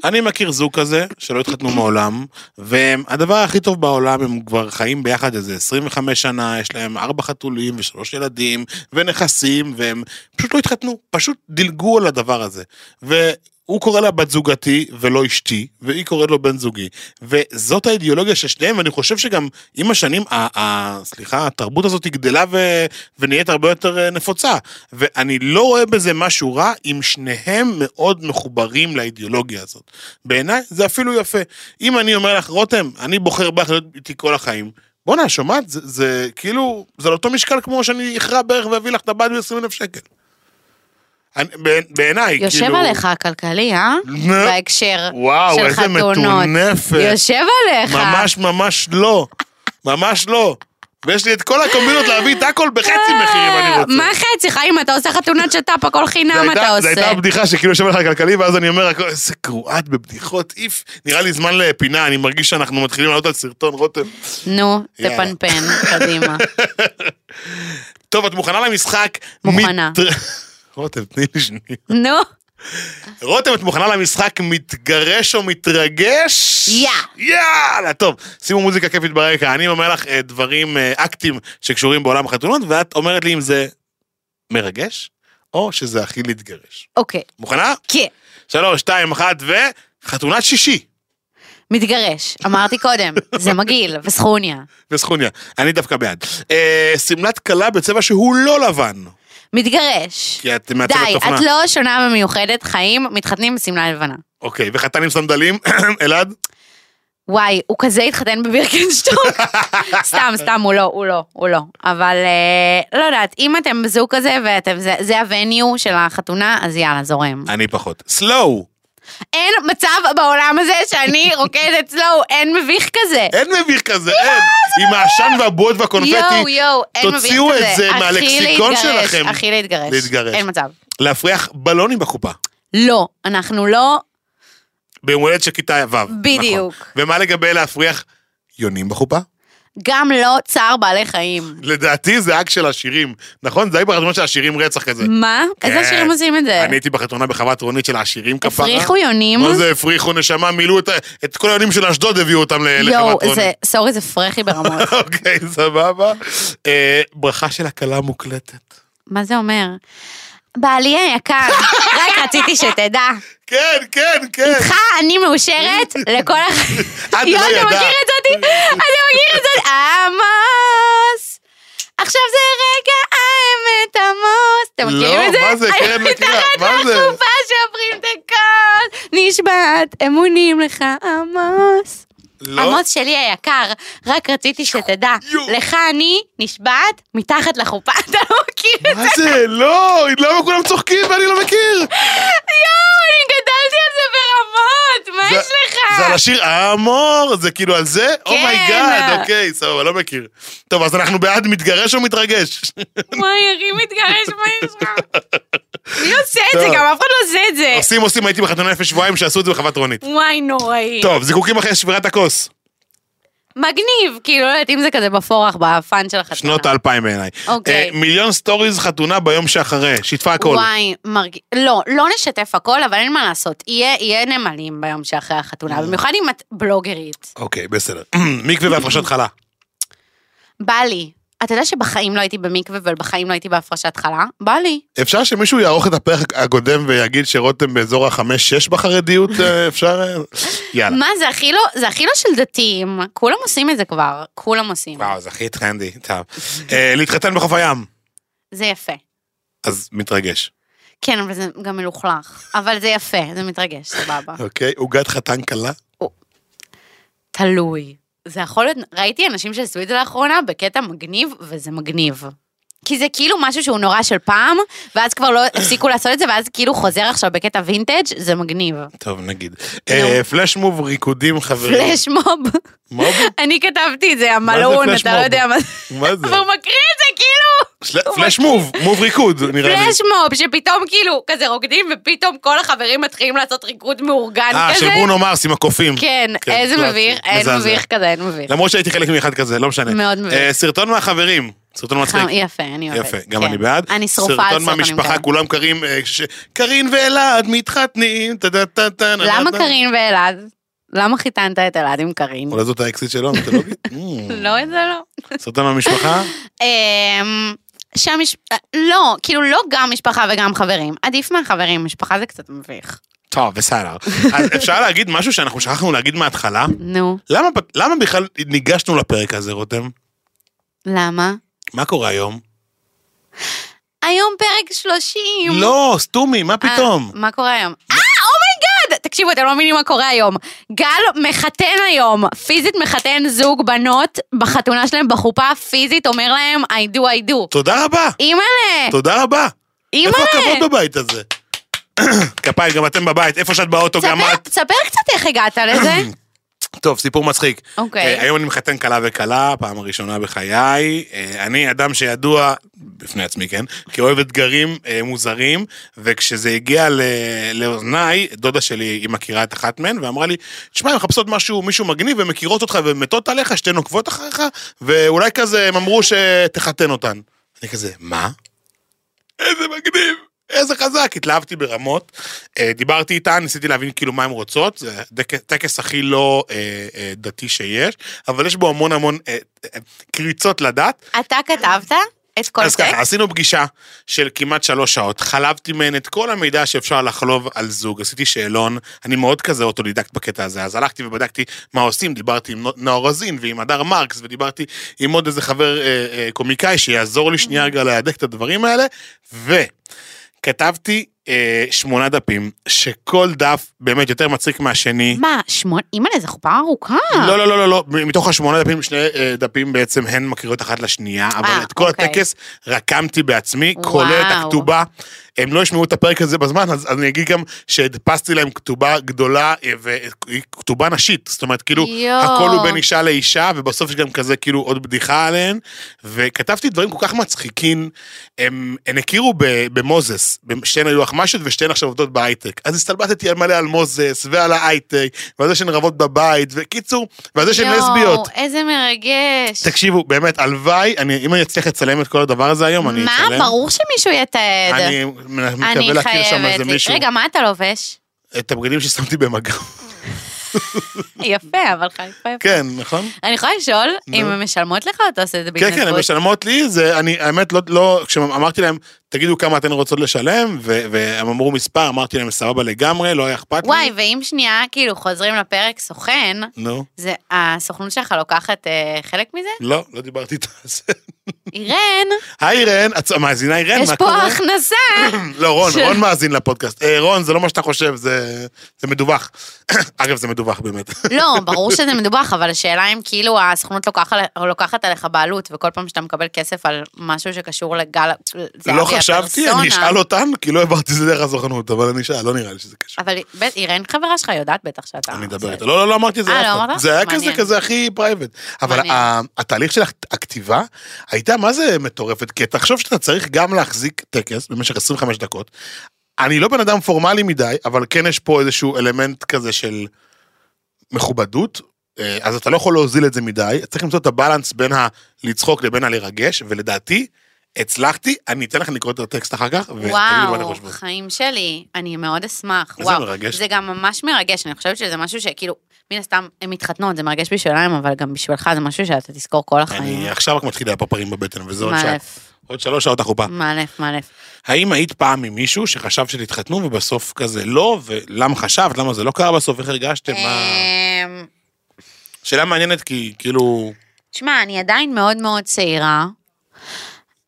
Speaker 2: אני מכיר זוג כזה, שלא התחתנו מעולם, והדבר הכי טוב בעולם, הם כבר חיים ביחד איזה 25 שנה, יש להם ארבע חתולים ושלוש ילדים, ונכסים, והם פשוט לא התחתנו, פשוט דילגו על הדבר הזה. והוא קורא לה בת זוגתי ולא אשתי, והיא קוראת לו בן זוגי. וזאת האידיאולוגיה של שניהם, ואני חושב שגם עם השנים, ה- ה- סליחה, התרבות הזאת היא גדלה ו- ונהיית הרבה יותר אה, נפוצה. ואני לא רואה בזה משהו רע אם שניהם מאוד מחוברים לאידיאולוגיה הזאת. בעיניי זה אפילו יפה. אם אני אומר לך, רותם, אני בוחר בך להיות איתי כל החיים, בואנה, שומעת? זה, זה כאילו, זה על אותו משקל כמו שאני אכרע ברך ואביא לך טבעת ב-20 אלף שקל. אני- בעיני- בעיניי, כאילו...
Speaker 3: יושב עליך הכלכלי, אה?
Speaker 2: נו.
Speaker 3: בהקשר
Speaker 2: וואו,
Speaker 3: של
Speaker 2: איזה
Speaker 3: חתונות.
Speaker 2: מטונפת.
Speaker 3: יושב עליך.
Speaker 2: ממש ממש לא. ממש לא. ויש לי את כל הקומבינות להביא את הכל בחצי מחיר אם אני רוצה.
Speaker 3: "אה, מה חצי, חיים, אתה עושה חתונת שת"פ, הכל
Speaker 2: זה
Speaker 3: חינם
Speaker 2: הייתה-
Speaker 3: אתה
Speaker 2: זה הייתה
Speaker 3: עושה.
Speaker 2: הבדיחה שכאילו יושב לך כלכלי, ואז אני אומר, "הכל- איזה גרועת בבדיחות, איף. נראה לי זמן לפינה, אני מרגיש שאנחנו מתחילים לעלות על סרטון, רותם.
Speaker 3: נו,
Speaker 2: יאללה.
Speaker 3: תפנפן, קדימה.
Speaker 2: (laughs) טוב, את מוכנה למשחק?
Speaker 3: מוכנה.
Speaker 2: מת- (laughs) רותם, תני לי שנייה.
Speaker 3: נו,
Speaker 2: רותם, את מוכנה למשחק מתגרש או מתרגש?
Speaker 3: יא.
Speaker 2: יאללה, טוב. שימו מוזיקה כיפית ברקע. אני אומר לך אה, דברים, אה, אקטים שקשורים בעולם החתונות, ואת אומרת לי אם זה מרגש, או שזה הכי להתגרש.
Speaker 3: אוקיי,
Speaker 2: מוכנה?
Speaker 3: כן.
Speaker 2: שלוש, שתיים, אחת, ו... חתונת שישי.
Speaker 3: מתגרש, אמרתי קודם, זה מגעיל, וסכוניה.
Speaker 2: וסכוניה, אני דווקא בעד. אה, שמלת כלה בצבע שהוא לא לבן.
Speaker 3: מתגרש.
Speaker 2: כי כן, את מעצבת
Speaker 3: די,
Speaker 2: תוכנה.
Speaker 3: את לא שונה ומיוחדת, חיים, מתחתנים בשמלה לבנה.
Speaker 2: אוקיי, וחתן עם סנדלים, (coughs) אלעד?
Speaker 3: וואי, הוא כזה
Speaker 2: (laughs)
Speaker 3: התחתן בבירקנשטוק. סתם, סתם, הוא לא, הוא לא, הוא לא. אבל אה, לא יודעת, אם אתם זוג כזה ואתם, זה, זה הווניו של החתונה, אז יאללה, זורם.
Speaker 2: אני פחות. סלואו.
Speaker 3: אין מצב בעולם הזה שאני רוקדת סלואו, אין מביך כזה.
Speaker 2: אין מביך כזה, אין. עם העשן והבועות
Speaker 3: לא, יואו,
Speaker 2: והקונפטי.
Speaker 3: יואו, אין מביך כזה.
Speaker 2: אה, תוציאו את זה
Speaker 3: הכי
Speaker 2: מהלקסיקון
Speaker 3: להתגרש,
Speaker 2: שלכם.
Speaker 3: הכי להתגרש.
Speaker 2: להתגרש.
Speaker 3: אין מצב.
Speaker 2: להפריח בלונים בקופה.
Speaker 3: לא, אנחנו לא,
Speaker 2: ביום הולדת של כיתה ו'.
Speaker 3: בדיוק.
Speaker 2: נכון. ומה לגבי להפריח יונים בקופה?
Speaker 3: גם לא צער בעלי חיים.
Speaker 2: לדעתי זה אג של עשירים, נכון? זה היה בחתונה של עשירים רצח כזה.
Speaker 3: מה? איזה שירים עושים את זה?
Speaker 2: אה, כן. אני הייתי בחתונה בחוות רונית של העשירים כפרה.
Speaker 3: כן. הפריחו יונים?
Speaker 2: מה זה הפריחו נשמה, מילאו את, ה- את כל היונים של אשדוד הביאו אותם ל- לחוות
Speaker 3: יואו,
Speaker 2: רונית.
Speaker 3: זה, סורי, זה פרחי ברמות.
Speaker 2: אוקיי, סבבה. אה, ברכה של הקלה מוקלטת.
Speaker 3: מה זה אומר? בעלי היקר, רק רציתי שתדע,
Speaker 2: כן, כן, כן.
Speaker 3: איתך אני מאושרת לכל החיים.
Speaker 2: לא
Speaker 3: יואו, אתה
Speaker 2: ידעת.
Speaker 3: מכיר את זאתי? אתה מכיר את זאת? עמוס! עכשיו זה רגע האמת, עמוס. אתם מכירים
Speaker 2: לא,
Speaker 3: את זה?
Speaker 2: מה זה? קרן
Speaker 3: אני
Speaker 2: מכירה,
Speaker 3: מתחת
Speaker 2: מה זה?
Speaker 3: לחופה שאומרים את הכל, נשבעת אמונים לך, עמוס.
Speaker 2: לא.
Speaker 3: עמוס שלי היקר, רק רציתי שתדע,
Speaker 2: יואו.
Speaker 3: לך אני נשבעת מתחת לחופה, (laughs) אתה לא מכיר את
Speaker 2: מה זה? לא, למה כולם צוחקים ואני לא מכיר?
Speaker 3: יואו, אני גדלתי על זה ברמות, מה
Speaker 2: זה-
Speaker 3: יש לך?
Speaker 2: זה על השיר אמור, זה כאילו על זה?
Speaker 3: כן.
Speaker 2: אומייגאד, אוקיי, סבבה, לא מכיר. טוב, אז אנחנו בעד מתגרש או מתרגש?
Speaker 3: וואי, הכי מתגרש, מה יש לך?
Speaker 2: (laughs)
Speaker 3: מי עושה את זה?
Speaker 2: טוב.
Speaker 3: גם אף אחד לא עושה את זה.
Speaker 2: עושים עושים, הייתי בחתונה לפני שבועיים שעשו את זה בחוות רונית.
Speaker 3: וואי, נוראי.
Speaker 2: טוב, זיקוקים אחרי שבירת הכוס.
Speaker 3: מגניב, כאילו, לא יודעת אם זה כזה בפורח, בפאן של החתונה.
Speaker 2: שנות האלפיים בעיניי.
Speaker 3: אה. אוקיי.
Speaker 2: אה, מיליון סטוריז חתונה ביום שאחרי, שיתפה הכל.
Speaker 3: וואי, מרג... לא, לא נשתף הכל, אבל אין מה לעשות. יהיה, יהיה נמלים ביום שאחרי
Speaker 2: אה.
Speaker 3: החתונה, במיוחד אם את בלוגרית.
Speaker 2: אוקיי, בסדר. (clears throat) מקווה והפרשת חלה.
Speaker 3: בא לי. אתה יודע שבחיים לא הייתי במקווה ובחיים לא הייתי בהפרשת חלה? בא לי.
Speaker 2: אפשר שמישהו יערוך את הפרק הקודם ויגיד שרותם באזור החמש-שש בחרדיות?
Speaker 3: (laughs)
Speaker 2: אה, אפשר? אה? יאללה.
Speaker 3: מה, זה הכי לא, זה הכי לא של דתיים. כולם עושים את זה כבר, כולם עושים.
Speaker 2: וואו, זה הכי טרנדי. טוב. אה, להתחתן בחוף הים.
Speaker 3: זה יפה.
Speaker 2: אז מתרגש.
Speaker 3: כן, אבל זה גם מלוכלך. אבל זה יפה, זה מתרגש, סבבה.
Speaker 2: אוקיי, עוגת חתן קלה?
Speaker 3: תלוי. זה יכול להיות, ראיתי אנשים שעשו את זה לאחרונה בקטע מגניב, וזה מגניב. כי זה כאילו משהו שהוא נורא של פעם, ואז כבר לא הפסיקו לעשות את זה, ואז כאילו חוזר עכשיו בקטע וינטג', זה מגניב.
Speaker 2: טוב, נגיד.
Speaker 3: נו.
Speaker 2: פלאש מוב ריקודים חברים.
Speaker 3: פלאש מוב. (laughs)
Speaker 2: מוב?
Speaker 3: אני כתבתי את זה,
Speaker 2: זה
Speaker 3: המלאון,
Speaker 2: פלאש
Speaker 3: אתה לא
Speaker 2: מוב?
Speaker 3: יודע מה זה.
Speaker 2: מה (laughs) זה?
Speaker 3: והוא מקריא את זה כאילו,
Speaker 2: של- פלאש מוב, מוב ריקוד, נראה לי.
Speaker 3: פלאש מוב, שפתאום כאילו כזה רוקדים, ופתאום כל החברים מתחילים לעשות ריקוד מאורגן
Speaker 2: אה,
Speaker 3: כזה.
Speaker 2: של ברונו מרס עם הקופים.
Speaker 3: כן,
Speaker 2: כן,
Speaker 3: איזה
Speaker 2: קלאסי.
Speaker 3: מביך, אין
Speaker 2: מזעזע.
Speaker 3: מביך כזה, אין מביך.
Speaker 2: למרות שהייתי חלק מאחד כזה, לא משנה.
Speaker 3: מאוד מביך.
Speaker 2: אה, סרטון מהחברים. סרטון מצחיק.
Speaker 3: חם- יפה, אני אוהבת.
Speaker 2: יפה, גם
Speaker 3: כן.
Speaker 2: אני בעד.
Speaker 3: אני שרופה על סרטונים
Speaker 2: סרטון מהמשפחה,
Speaker 3: כאלה.
Speaker 2: כולם קרים, אה, ש- קרין ואלעד מתחתנים, טה טה טה טה. נה,
Speaker 3: למה
Speaker 2: נה, נה.
Speaker 3: קארין ואלעד? למה חיתנת את אלעד עם קארין?
Speaker 2: אולי זאת האקסיט שלו, המיתולוגית?
Speaker 3: (laughs)
Speaker 2: Mm.
Speaker 3: לא, זה לא.
Speaker 2: סרטון מהמשפחה?
Speaker 3: אמ, שהמש... אה, לא, כאילו לא גם משפחה וגם חברים. עדיף מהחברים, משפחה זה קצת מביך.
Speaker 2: טוב, בסדר. אז אפשר להגיד משהו שאנחנו שכחנו להגיד מההתחלה?
Speaker 3: נו,
Speaker 2: למה, למה בכלל ניגשנו לפרק הזה, רותם?
Speaker 3: למה?
Speaker 2: מה קורה היום?
Speaker 3: היום פרק 30.
Speaker 2: לא, סתומי, מה
Speaker 3: אה,
Speaker 2: פתאום?
Speaker 3: מה קורה היום? אה, אומייגאד! תקשיבו, אתם לא מבינים מה קורה היום. גל מחתן היום, פיזית מחתן זוג בנות בחתונה שלהם בחופה, פיזית אומר להם, I do, I do.
Speaker 2: תודה רבה,
Speaker 3: אימא'לה,
Speaker 2: תודה רבה. איפה
Speaker 3: אימא'לה.
Speaker 2: הכבוד בבית הזה? (clears throat) כפיים, גם אתם בבית, איפה שאת באוטו, גם
Speaker 3: ספר-
Speaker 2: את.
Speaker 3: ספר קצת איך הגעת לזה.
Speaker 2: (coughs) טוב, סיפור מצחיק.
Speaker 3: אוקיי.
Speaker 2: אה, היום אני מחתן כלה וכלה, פעם הראשונה בחיי. אה, אני אדם שידוע, בפני עצמי, כן, כאוהב אתגרים אה, מוזרים, וכשזה הגיע ל- לאוזניי, דודה שלי, היא מכירה את אחת מהן, ואמרה לי, תשמע, הן מחפשות משהו, מישהו מגניב, והן מכירות אותך והן מתות עליך, שתיהן עוקבות אחריך, ואולי כזה, הם אמרו שתחתן אותן. אני כזה, מה? איזה מגניב, איזה חזק, התלהבתי ברמות. אה, דיברתי איתן, ניסיתי להבין כאילו מה הן רוצות, זה דק- טקס הכי לא אה, אה, דתי שיש, אבל יש בו המון המון אה, אה, קריצות לדת.
Speaker 3: אתה כתבת את כל
Speaker 2: אז ככה,
Speaker 3: הטקסט?
Speaker 2: עשינו פגישה של כמעט שלוש שעות, חלבתי מהן את כל המידע שאפשר לחלוב על זוג, עשיתי שאלון, אני מאוד כזה אוטודידקט בקטע הזה, אז הלכתי ובדקתי מה עושים, דיברתי עם נאור רזין ועם הדר מרקס, ודיברתי עם עוד איזה חבר אה, אה, קומיקאי שיעזור לי שנייה רגע להדק את הדברים האלה, ו... כתבתי אה, שמונה דפים, שכל דף באמת יותר מצחיק מהשני.
Speaker 3: מה, שמונה? אימא'לה, זו חופה ארוכה.
Speaker 2: לא, לא, לא, לא, לא, מתוך השמונה דפים, שני אה, דפים בעצם הן מקריאות אחת לשנייה, אבל
Speaker 3: אה,
Speaker 2: את כל
Speaker 3: אוקיי.
Speaker 2: הטקס רקמתי בעצמי,
Speaker 3: וואו.
Speaker 2: כולל את הכתובה. הם לא ישמעו את הפרק הזה בזמן, אז אני אגיד גם שהדפסתי להם כתובה גדולה אה, וכתובה נשית, זאת אומרת, כאילו,
Speaker 3: יואו.
Speaker 2: הכל הוא בין אישה לאישה, ובסוף יש גם כזה כאילו עוד בדיחה עליהן, וכתבתי דברים כל כך מצחיקים, הם, הן הכירו ב, במוזס, שתיהן היו אחמ"שיות ושתיהן עכשיו עובדות בהייטק. אז הסתלבטתי על מלא על מוזס ועל ההייטק, ועל זה שהן רבות בבית, וקיצור, ועל זה שהן
Speaker 3: יואו,
Speaker 2: לסביות.
Speaker 3: איזה מרגש.
Speaker 2: תקשיבו, באמת, הלוואי, אני, אם אני אצליח לצלם את כל הדבר הזה היום, אני
Speaker 3: מה?
Speaker 2: אצלם.
Speaker 3: ברור שמישהו יתעד.
Speaker 2: אני מקווה להכיר שם איזה מישהו.
Speaker 3: רגע, מה אתה לובש? (laughs)
Speaker 2: את הבגדים ששמתי במגע. (laughs)
Speaker 3: יפה, אבל חיפה יפה.
Speaker 2: כן, נכון?
Speaker 3: אני יכולה לשאול
Speaker 2: נו.
Speaker 3: אם הן משלמות לך או אתה עושה את זה
Speaker 2: כן,
Speaker 3: בהתנדבות?
Speaker 2: כן, הן משלמות לי, זה, אני, האמת, לא, לא, כשאמרתי להם, תגידו כמה אתן רוצות לשלם, ו- והם אמרו מספר, אמרתי להם, סבבה לגמרי, לא היה אכפת לי.
Speaker 3: וואי, ואם שנייה, כאילו, חוזרים לפרק סוכן,
Speaker 2: נו,
Speaker 3: זה, הסוכנות שלך לוקחת אה, חלק מזה?
Speaker 2: (laughs) לא, לא דיברתי איתה על זה.
Speaker 3: אירן,
Speaker 2: היי רן, את מאזינה היא רן,
Speaker 3: יש
Speaker 2: מה
Speaker 3: פה
Speaker 2: קורה?
Speaker 3: הכנסה.
Speaker 2: (laughs) לא, רון,
Speaker 3: ש-
Speaker 2: רון מאזין לפודקאסט. אה, רון, זה לא מה שאתה חושב, זה זה מדווח. (coughs) אגב, זה מדווח באמת.
Speaker 3: לא, ברור שזה מדווח, אבל השאלה אם כאילו הסוכנות לוקח על- לוקחת עליך בעלות, וכל פעם שאתה מקבל כסף על משהו שקשור לגל... זה
Speaker 2: לא
Speaker 3: אבי
Speaker 2: חשבתי,
Speaker 3: הפרסונה.
Speaker 2: אני אשאל אותן, כי לא העברתי את זה דרך הסוכנות, אבל אני אשאל, לא נראה לי שזה קשור.
Speaker 3: אבל ב- אירן חברה שלך יודעת בטח שאתה...
Speaker 2: אני אדבר
Speaker 3: עושה את
Speaker 2: איתה.
Speaker 3: אה, זה.
Speaker 2: לא, לא, לא אמרתי את זה
Speaker 3: אה,
Speaker 2: לאף
Speaker 3: לא
Speaker 2: אחד.
Speaker 3: אמרת?
Speaker 2: זה היה כזה,
Speaker 3: מעניין.
Speaker 2: כזה הכי פרייבט. אבל
Speaker 3: מעניין.
Speaker 2: ה- התהליך של הכ- הכתיבה הייתה, מה זה מטורפת? כי תחשוב שאתה צריך גם להחזיק טקס במשך 25 דקות. אני לא בן אדם פורמלי מדי, אבל כן יש פה איזשהו אלמנט כזה של מכובדות. אה, אז אתה לא יכול להוזיל את זה מדי, צריך למצוא את הבלנס בין הלצחוק לבין הלרגש, ולדעתי, הצלחתי, אני אתן לכם לקרוא את הטקסט אחר כך, ותגידו מה אתם
Speaker 3: וואו,
Speaker 2: חושבים.
Speaker 3: חיים שלי, אני מאוד אשמח.
Speaker 2: איזה
Speaker 3: וואו,
Speaker 2: מרגש.
Speaker 3: זה גם ממש מרגש, אני חושבת שזה משהו שכאילו, מן הסתם, הן מתחתנות, זה מרגש בשבילם, אבל גם בשבילך זה משהו שאתה תזכור כל החיים.
Speaker 2: אני עכשיו רק מתחיל להפרפרים בבטן, וזה עוד שעה.
Speaker 3: מאלף,
Speaker 2: עוד שלוש שעות החופה.
Speaker 3: מאלף, מאלף.
Speaker 2: האם היית פעם עם מישהו שחשב שתתחתנו ובסוף כזה לא, ולמה חשבת, למה זה לא קרה בסוף, איך הרגשתם, מה...
Speaker 3: אמ,
Speaker 2: שאלה מעניינת כי כאילו...
Speaker 3: תשמע, אני עדיין מאוד מאוד צעירה.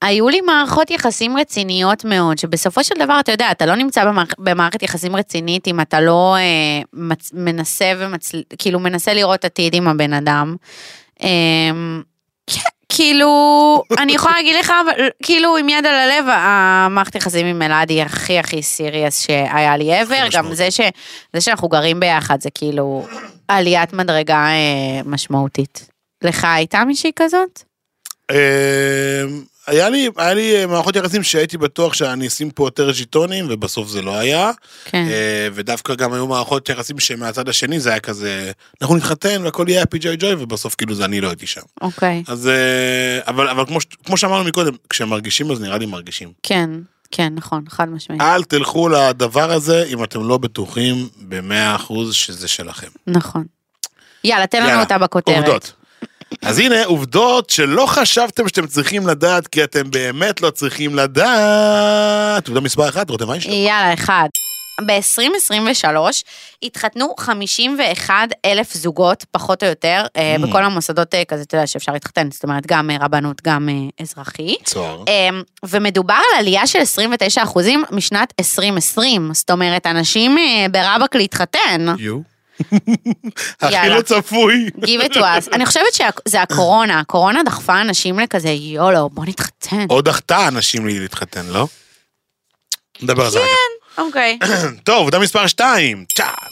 Speaker 3: היו לי מערכות יחסים רציניות מאוד, שבסופו של דבר, אתה יודע, אתה לא נמצא במערכ- במערכת יחסים רצינית אם אתה לא אה, מצ, מנסה ומצל... כאילו, מנסה לראות עתיד עם הבן אדם. אה, כן, כאילו, אני יכולה להגיד לך, אבל, כאילו, עם יד על הלב, המערכת יחסים עם אלעד היא הכי הכי סיריאס שהיה לי ever, גם
Speaker 2: משמעותי.
Speaker 3: זה, ש, זה שאנחנו גרים ביחד, זה כאילו עליית מדרגה אה, משמעותית. לך הייתה מישהי כזאת?
Speaker 2: אה, היה לי, היה לי אה, מערכות יחסים שהייתי בטוח שאני אשים פה יותר ז'יטונים, ובסוף זה לא היה.
Speaker 3: כן.
Speaker 2: אה, ודווקא גם היו מערכות יחסים שמהצד השני זה היה כזה, אנחנו נתחתן והכל יהיה הפי ג'וי ג'וי, ובסוף כאילו זה אני לא הייתי שם.
Speaker 3: אוקיי.
Speaker 2: אז... אה, אבל, אבל כמו, ש- כמו שאמרנו מקודם, כשמרגישים אז נראה לי מרגישים.
Speaker 3: כן, כן, נכון, חד משמעית.
Speaker 2: אל תלכו לדבר הזה אם אתם לא בטוחים ב-100% שזה שלכם.
Speaker 3: נכון. יאללה, תן לנו
Speaker 2: יאללה,
Speaker 3: אותה בכותרת.
Speaker 2: עובדות. אז הנה עובדות שלא חשבתם שאתם צריכים לדעת, כי אתם באמת לא צריכים לדעת. עובדה מספר אחת, רותם איינשטיין.
Speaker 3: יאללה, אחד. ב-2023 התחתנו 51 אלף זוגות, פחות או יותר, אה,
Speaker 2: Mm.
Speaker 3: בכל המוסדות אה, כזה, אתה יודע, שאפשר להתחתן, זאת אומרת, גם אה, רבנות, גם אה, אזרחי.
Speaker 2: צוהר.
Speaker 3: אמ, ומדובר על עלייה של 29 אחוזים משנת 2020. זאת אומרת, אנשים אה, ברבק להתחתן.
Speaker 2: יו. הכי
Speaker 3: אה. (laughs) יאללה.
Speaker 2: לא צפוי.
Speaker 3: Give it to us. אני חושבת שזה הקורונה. הקורונה דחפה אנשים לכזה, יולו, בוא נתחתן.
Speaker 2: עוד דחתה אנשים להתחתן, לא? נדבר
Speaker 3: כן.
Speaker 2: על זה רגע.
Speaker 3: אוקיי.
Speaker 2: טוב, עובדה מספר 2.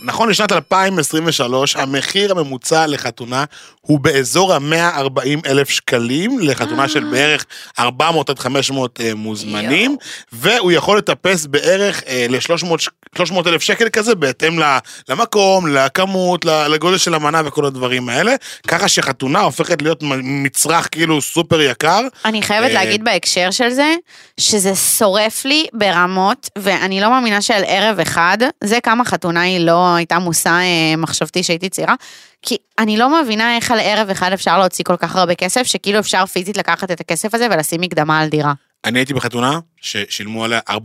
Speaker 2: נכון לשנת 2023, המחיר הממוצע לחתונה הוא באזור ה-140 אלף שקלים, לחתונה של בערך 400 עד 500 אה, מוזמנים, והוא יכול לטפס בערך אה, ל-300 אלף שקל כזה, בהתאם ל- למקום, לכמות, ל- לגודל של המנה וכל הדברים האלה, ככה שחתונה הופכת להיות מ- מצרך כאילו סופר יקר.
Speaker 3: אני חייבת
Speaker 2: אה,
Speaker 3: להגיד בהקשר של זה, שזה שורף לי ברמות, ואני לא מאמינה שעל ערב אחד, זה כמה חתונה היא לא הייתה מושא אה, מחשבתי שהייתי צעירה, כי אני לא מבינה איך על ערב אחד אפשר להוציא כל כך הרבה כסף, שכאילו אפשר פיזית לקחת את הכסף הזה ולשים מקדמה על דירה.
Speaker 2: אני הייתי בחתונה ששילמו עליה 4.5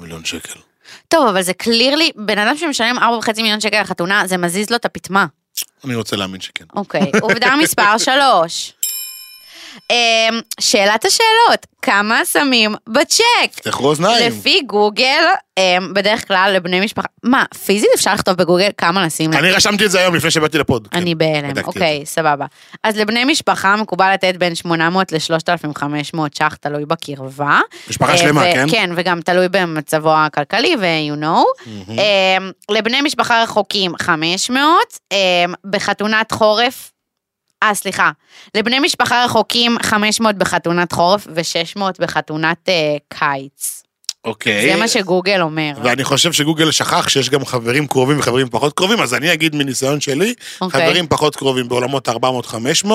Speaker 2: מיליון שקל.
Speaker 3: טוב, אבל זה קלירלי, בן אדם שמשלם 4.5 מיליון שקל על חתונה, זה מזיז לו את הפיטמה.
Speaker 2: אני רוצה להאמין שכן.
Speaker 3: אוקיי, (laughs) עובדה מספר 3. שאלת השאלות, כמה שמים בצ'ק?
Speaker 2: תפתחו אוזניים.
Speaker 3: לפי גוגל, אמ, בדרך כלל לבני משפחה, מה, פיזית אפשר לכתוב בגוגל כמה לשים?
Speaker 2: אני רשמתי את זה היום לפני שבאתי לפוד. כן.
Speaker 3: אני
Speaker 2: בדקתי
Speaker 3: בהלם,
Speaker 2: את זה.
Speaker 3: אוקיי, סבבה. אז לבני משפחה מקובל לתת בין 800 ל-3,500 ש"ח, תלוי בקרבה.
Speaker 2: משפחה
Speaker 3: אה,
Speaker 2: שלמה,
Speaker 3: ו-
Speaker 2: כן?
Speaker 3: כן, וגם תלוי במצבו הכלכלי, ו-you know.
Speaker 2: מהמם.
Speaker 3: אמ, לבני משפחה רחוקים 500, אמ, בחתונת חורף, אה, סליחה, לבני משפחה רחוקים 500 בחתונת חורף ו-600 בחתונת אה, קיץ.
Speaker 2: אוקיי.
Speaker 3: זה מה שגוגל אומר.
Speaker 2: ואני חושב שגוגל שכח שיש גם חברים קרובים וחברים פחות קרובים, אז אני אגיד מניסיון שלי,
Speaker 3: אוקיי.
Speaker 2: חברים פחות קרובים בעולמות 400-500,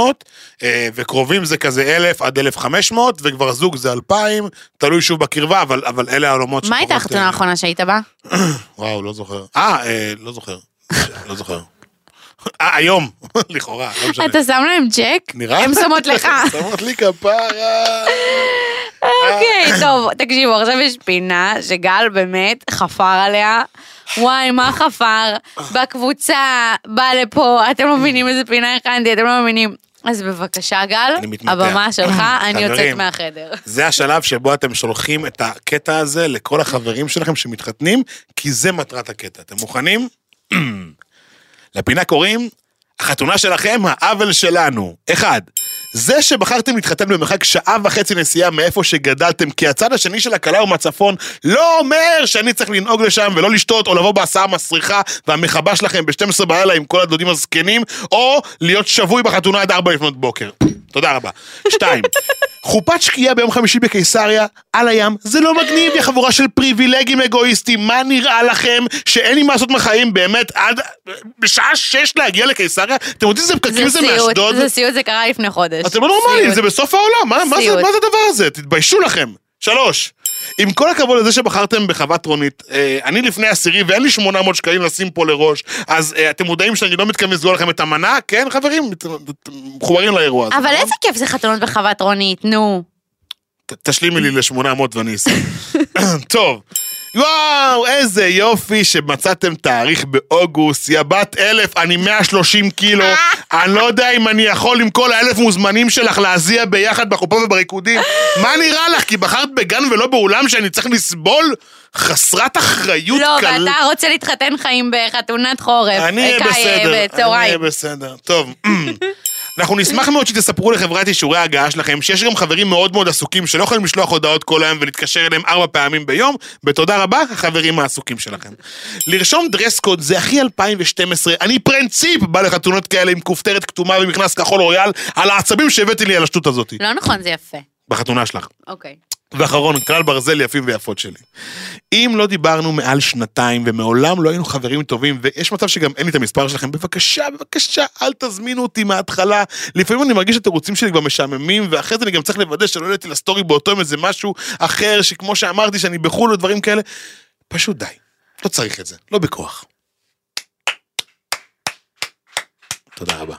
Speaker 2: אה, וקרובים זה כזה 1,000 עד 1,500, וכבר זוג זה 2,000, תלוי שוב בקרבה, אבל, אבל אלה העולמות
Speaker 3: מה הייתה
Speaker 2: שפחות,
Speaker 3: החתונה
Speaker 2: אה,
Speaker 3: האחרונה שהיית בה?
Speaker 2: וואו, לא זוכר. אה, אה, לא זוכר. (laughs) לא זוכר. אה, היום, (laughs) לכאורה, לא משנה.
Speaker 3: אתה שם להם צ'ק?
Speaker 2: נראה? (laughs)
Speaker 3: הם שמות לך.
Speaker 2: שמות לי כפרה.
Speaker 3: (laughs) אוקיי, טוב, תקשיבו, עכשיו יש פינה שגל באמת חפר עליה. וואי, מה חפר? בקבוצה, בא לפה, אתם לא מבינים איזה פינה הכנתי, אתם לא מבינים. אז בבקשה, גל,
Speaker 2: אני מתמתח.
Speaker 3: הבמה שלך, אני יוצאת
Speaker 2: חברים,
Speaker 3: מהחדר.
Speaker 2: זה השלב שבו אתם שולחים את הקטע הזה לכל החברים שלכם שמתחתנים, כי זה מטרת הקטע. אתם מוכנים? (clears throat) לפינה קוראים, החתונה שלכם, העוול שלנו. אחד, זה שבחרתם להתחתן במרחק שעה וחצי נסיעה מאיפה שגדלתם, כי הצד השני של הכלה הוא מהצפון, לא אומר שאני צריך לנהוג לשם ולא לשתות, או לבוא בהסעה המסריחה והמכבה שלכם ב-12 בלילה עם כל הדודים הזקנים, או להיות שבוי בחתונה עד 4 לפנות בוקר. תודה רבה. שתיים, חופת שקיעה ביום חמישי בקיסריה, על הים, זה לא מגניב, יא חבורה של פריבילגים אגואיסטים, מה נראה לכם שאין לי מה לעשות מהחיים באמת עד בשעה שש להגיע לקיסריה? אתם יודעים איזה פקקים זה
Speaker 3: סיוט,
Speaker 2: מאשדוד?
Speaker 3: זה סיוט, זה קרה לפני חודש.
Speaker 2: אתם לא נורמלים,
Speaker 3: סיוט.
Speaker 2: זה בסוף העולם, מה, מה, זה,
Speaker 3: סיוט.
Speaker 2: מה זה הדבר הזה? תתביישו לכם. שלוש, עם כל הכבוד לזה שבחרתם בחוות רונית, אה, אני לפני עשירי ואין לי 800 שקלים לשים פה לראש, אז אה, אתם מודעים שאני לא מתכוון לסגור לכם את המנה? כן, חברים? אתם- אתם מחוברים לאירוע הזה. לא
Speaker 3: אבל איזה כיף זה חתונות בחוות רונית, נו.
Speaker 2: ת- תשלימי לי ל-800 ואני אסע. (coughs) טוב. וואו, איזה יופי שמצאתם תאריך באוגוסט, יא בת אלף, אני 130
Speaker 3: (laughs)
Speaker 2: קילו, אני לא יודע אם אני יכול עם כל האלף מוזמנים שלך להזיע ביחד בחופה
Speaker 3: (laughs)
Speaker 2: ובריקודים. מה נראה לך, כי בחרת בגן ולא באולם שאני צריך לסבול? חסרת אחריות
Speaker 3: לא,
Speaker 2: קל-
Speaker 3: ואתה רוצה להתחתן חיים בחתונת חורף.
Speaker 2: אני אהיה
Speaker 3: קיץ,
Speaker 2: בסדר, אני אהיה
Speaker 3: אה, בצהריים.
Speaker 2: בסדר. טוב. (clears throat) אנחנו נשמח מאוד שתספרו לחברת אישורי ההגעה שלכם שיש גם חברים מאוד מאוד עסוקים שלא יכולים לשלוח הודעות כל היום ולהתקשר אליהם ארבע פעמים ביום. בתודה רבה, החברים העסוקים שלכם. לרשום דרס קוד זה הכי 2012. אני פרינציפ בא לחתונות כאלה עם כופתרת כתומה ומכנס כחול רויאל על העצבים שהבאתי לי על השטות הזאת.
Speaker 3: לא נכון, זה יפה.
Speaker 2: בחתונה שלך.
Speaker 3: אוקיי.
Speaker 2: ואחרון, כלל ברזל יפים ויפות שלי. אם לא דיברנו מעל שנתיים ומעולם לא היינו חברים טובים, ויש מצב שגם אין לי את המספר שלכם, בבקשה, בבקשה, אל תזמינו אותי מההתחלה. לפעמים אני מרגיש שהתירוצים שלי כבר משעממים, ואחרי זה אני גם צריך לוודא שלא העליתי לסטורי באותו יום איזה משהו אחר, שכמו שאמרתי, שאני בחו"ל ודברים כאלה. פשוט די, לא צריך את זה, לא בכוח. תודה רבה.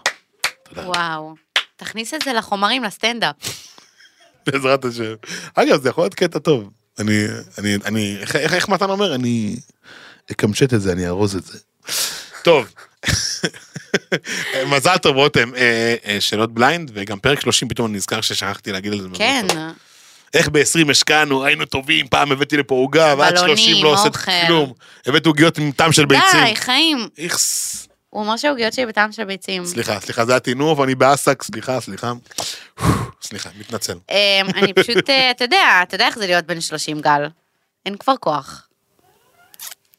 Speaker 2: תודה רבה.
Speaker 3: וואו. תכניס את זה לחומרים, לסטנדאפ.
Speaker 2: (laughs) בעזרת השם. אגב, זה יכול להיות קטע טוב. אני, אני, אני, איך, איך, איך מתן אומר? אני אקמצ'ט את זה, אני אארוז את זה. טוב. (laughs) מזל טוב, רותם. אה, אה, שאלות בליינד, וגם פרק 30, פתאום אני נזכר ששכחתי להגיד על זה. מזל
Speaker 3: כן.
Speaker 2: טוב. איך ב-20 השקענו, היינו טובים, פעם הבאתי לפה עוגה, ועד
Speaker 3: בלונים,
Speaker 2: 30 לא עושה
Speaker 3: אוכל.
Speaker 2: כלום. הבאת עוגיות עם טעם של ביצים.
Speaker 3: די, חיים.
Speaker 2: איכס.
Speaker 3: הוא אמר שהעוגיות שלי בטעם של ביצים.
Speaker 2: סליחה, סליחה, זה היה תינוף, אני באסק, סליחה, סליחה. סליחה, מתנצל.
Speaker 3: אמ, אני פשוט, אה, אתה יודע, אתה יודע איך זה להיות בן 30, גל. אין כבר כוח.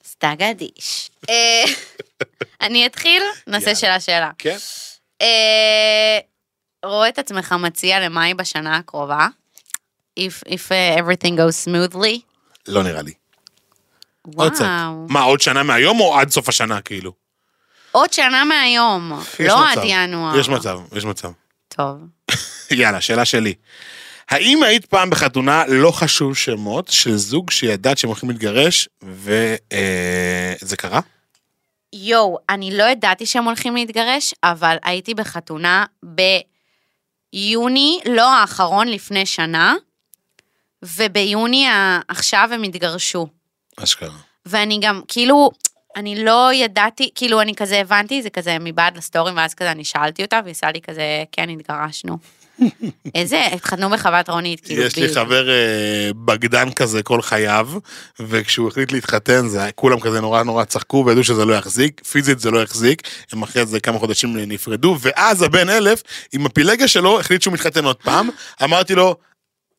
Speaker 3: סטה גדיש. אה, אני אתחיל, נעשה
Speaker 2: יאללה.
Speaker 3: שאלה-שאלה.
Speaker 2: כן?
Speaker 3: אה, רואה את עצמך מציע למאי בשנה הקרובה? If, if uh, everything goes smoothly?
Speaker 2: לא נראה לי. עוד קצת.
Speaker 3: וואו.
Speaker 2: מה, עוד שנה מהיום או עד סוף השנה, כאילו?
Speaker 3: עוד שנה מהיום,
Speaker 2: יש
Speaker 3: לא עד
Speaker 2: מצב.
Speaker 3: ינואר.
Speaker 2: יש מצב, יש מצב.
Speaker 3: טוב.
Speaker 2: יאללה, שאלה שלי. האם היית פעם בחתונה, לא חשוב שמות, של זוג שידעת שהם הולכים להתגרש, וזה אה, זה קרה?
Speaker 3: יואו, אני לא ידעתי שהם הולכים להתגרש, אבל הייתי בחתונה ביוני, לא האחרון, לפני שנה, וביוני ה- עכשיו הם התגרשו.
Speaker 2: אשכרה.
Speaker 3: ואני גם, כאילו, אני לא ידעתי, כאילו, אני כזה הבנתי, זה כזה מבעד לסטורים, ואז כזה אני שאלתי אותה, והיא עשה לי כזה,
Speaker 2: (laughs)
Speaker 3: כן, התגרשנו. איזה, התחתנו בחוות רונית, כאילו,
Speaker 2: יש לי
Speaker 3: גיל.
Speaker 2: חבר אה, בגדן כזה כל חייו, וכשהוא החליט להתחתן, זה, היה- כולם כזה נורא נורא צחקו וידעו שזה לא יחזיק, פיזית זה לא יחזיק, הם אחרי זה כמה חודשים נפרדו, ואז הבן אלף, עם הפילגה שלו, החליט שהוא מתחתן עוד פעם, אמרתי לו,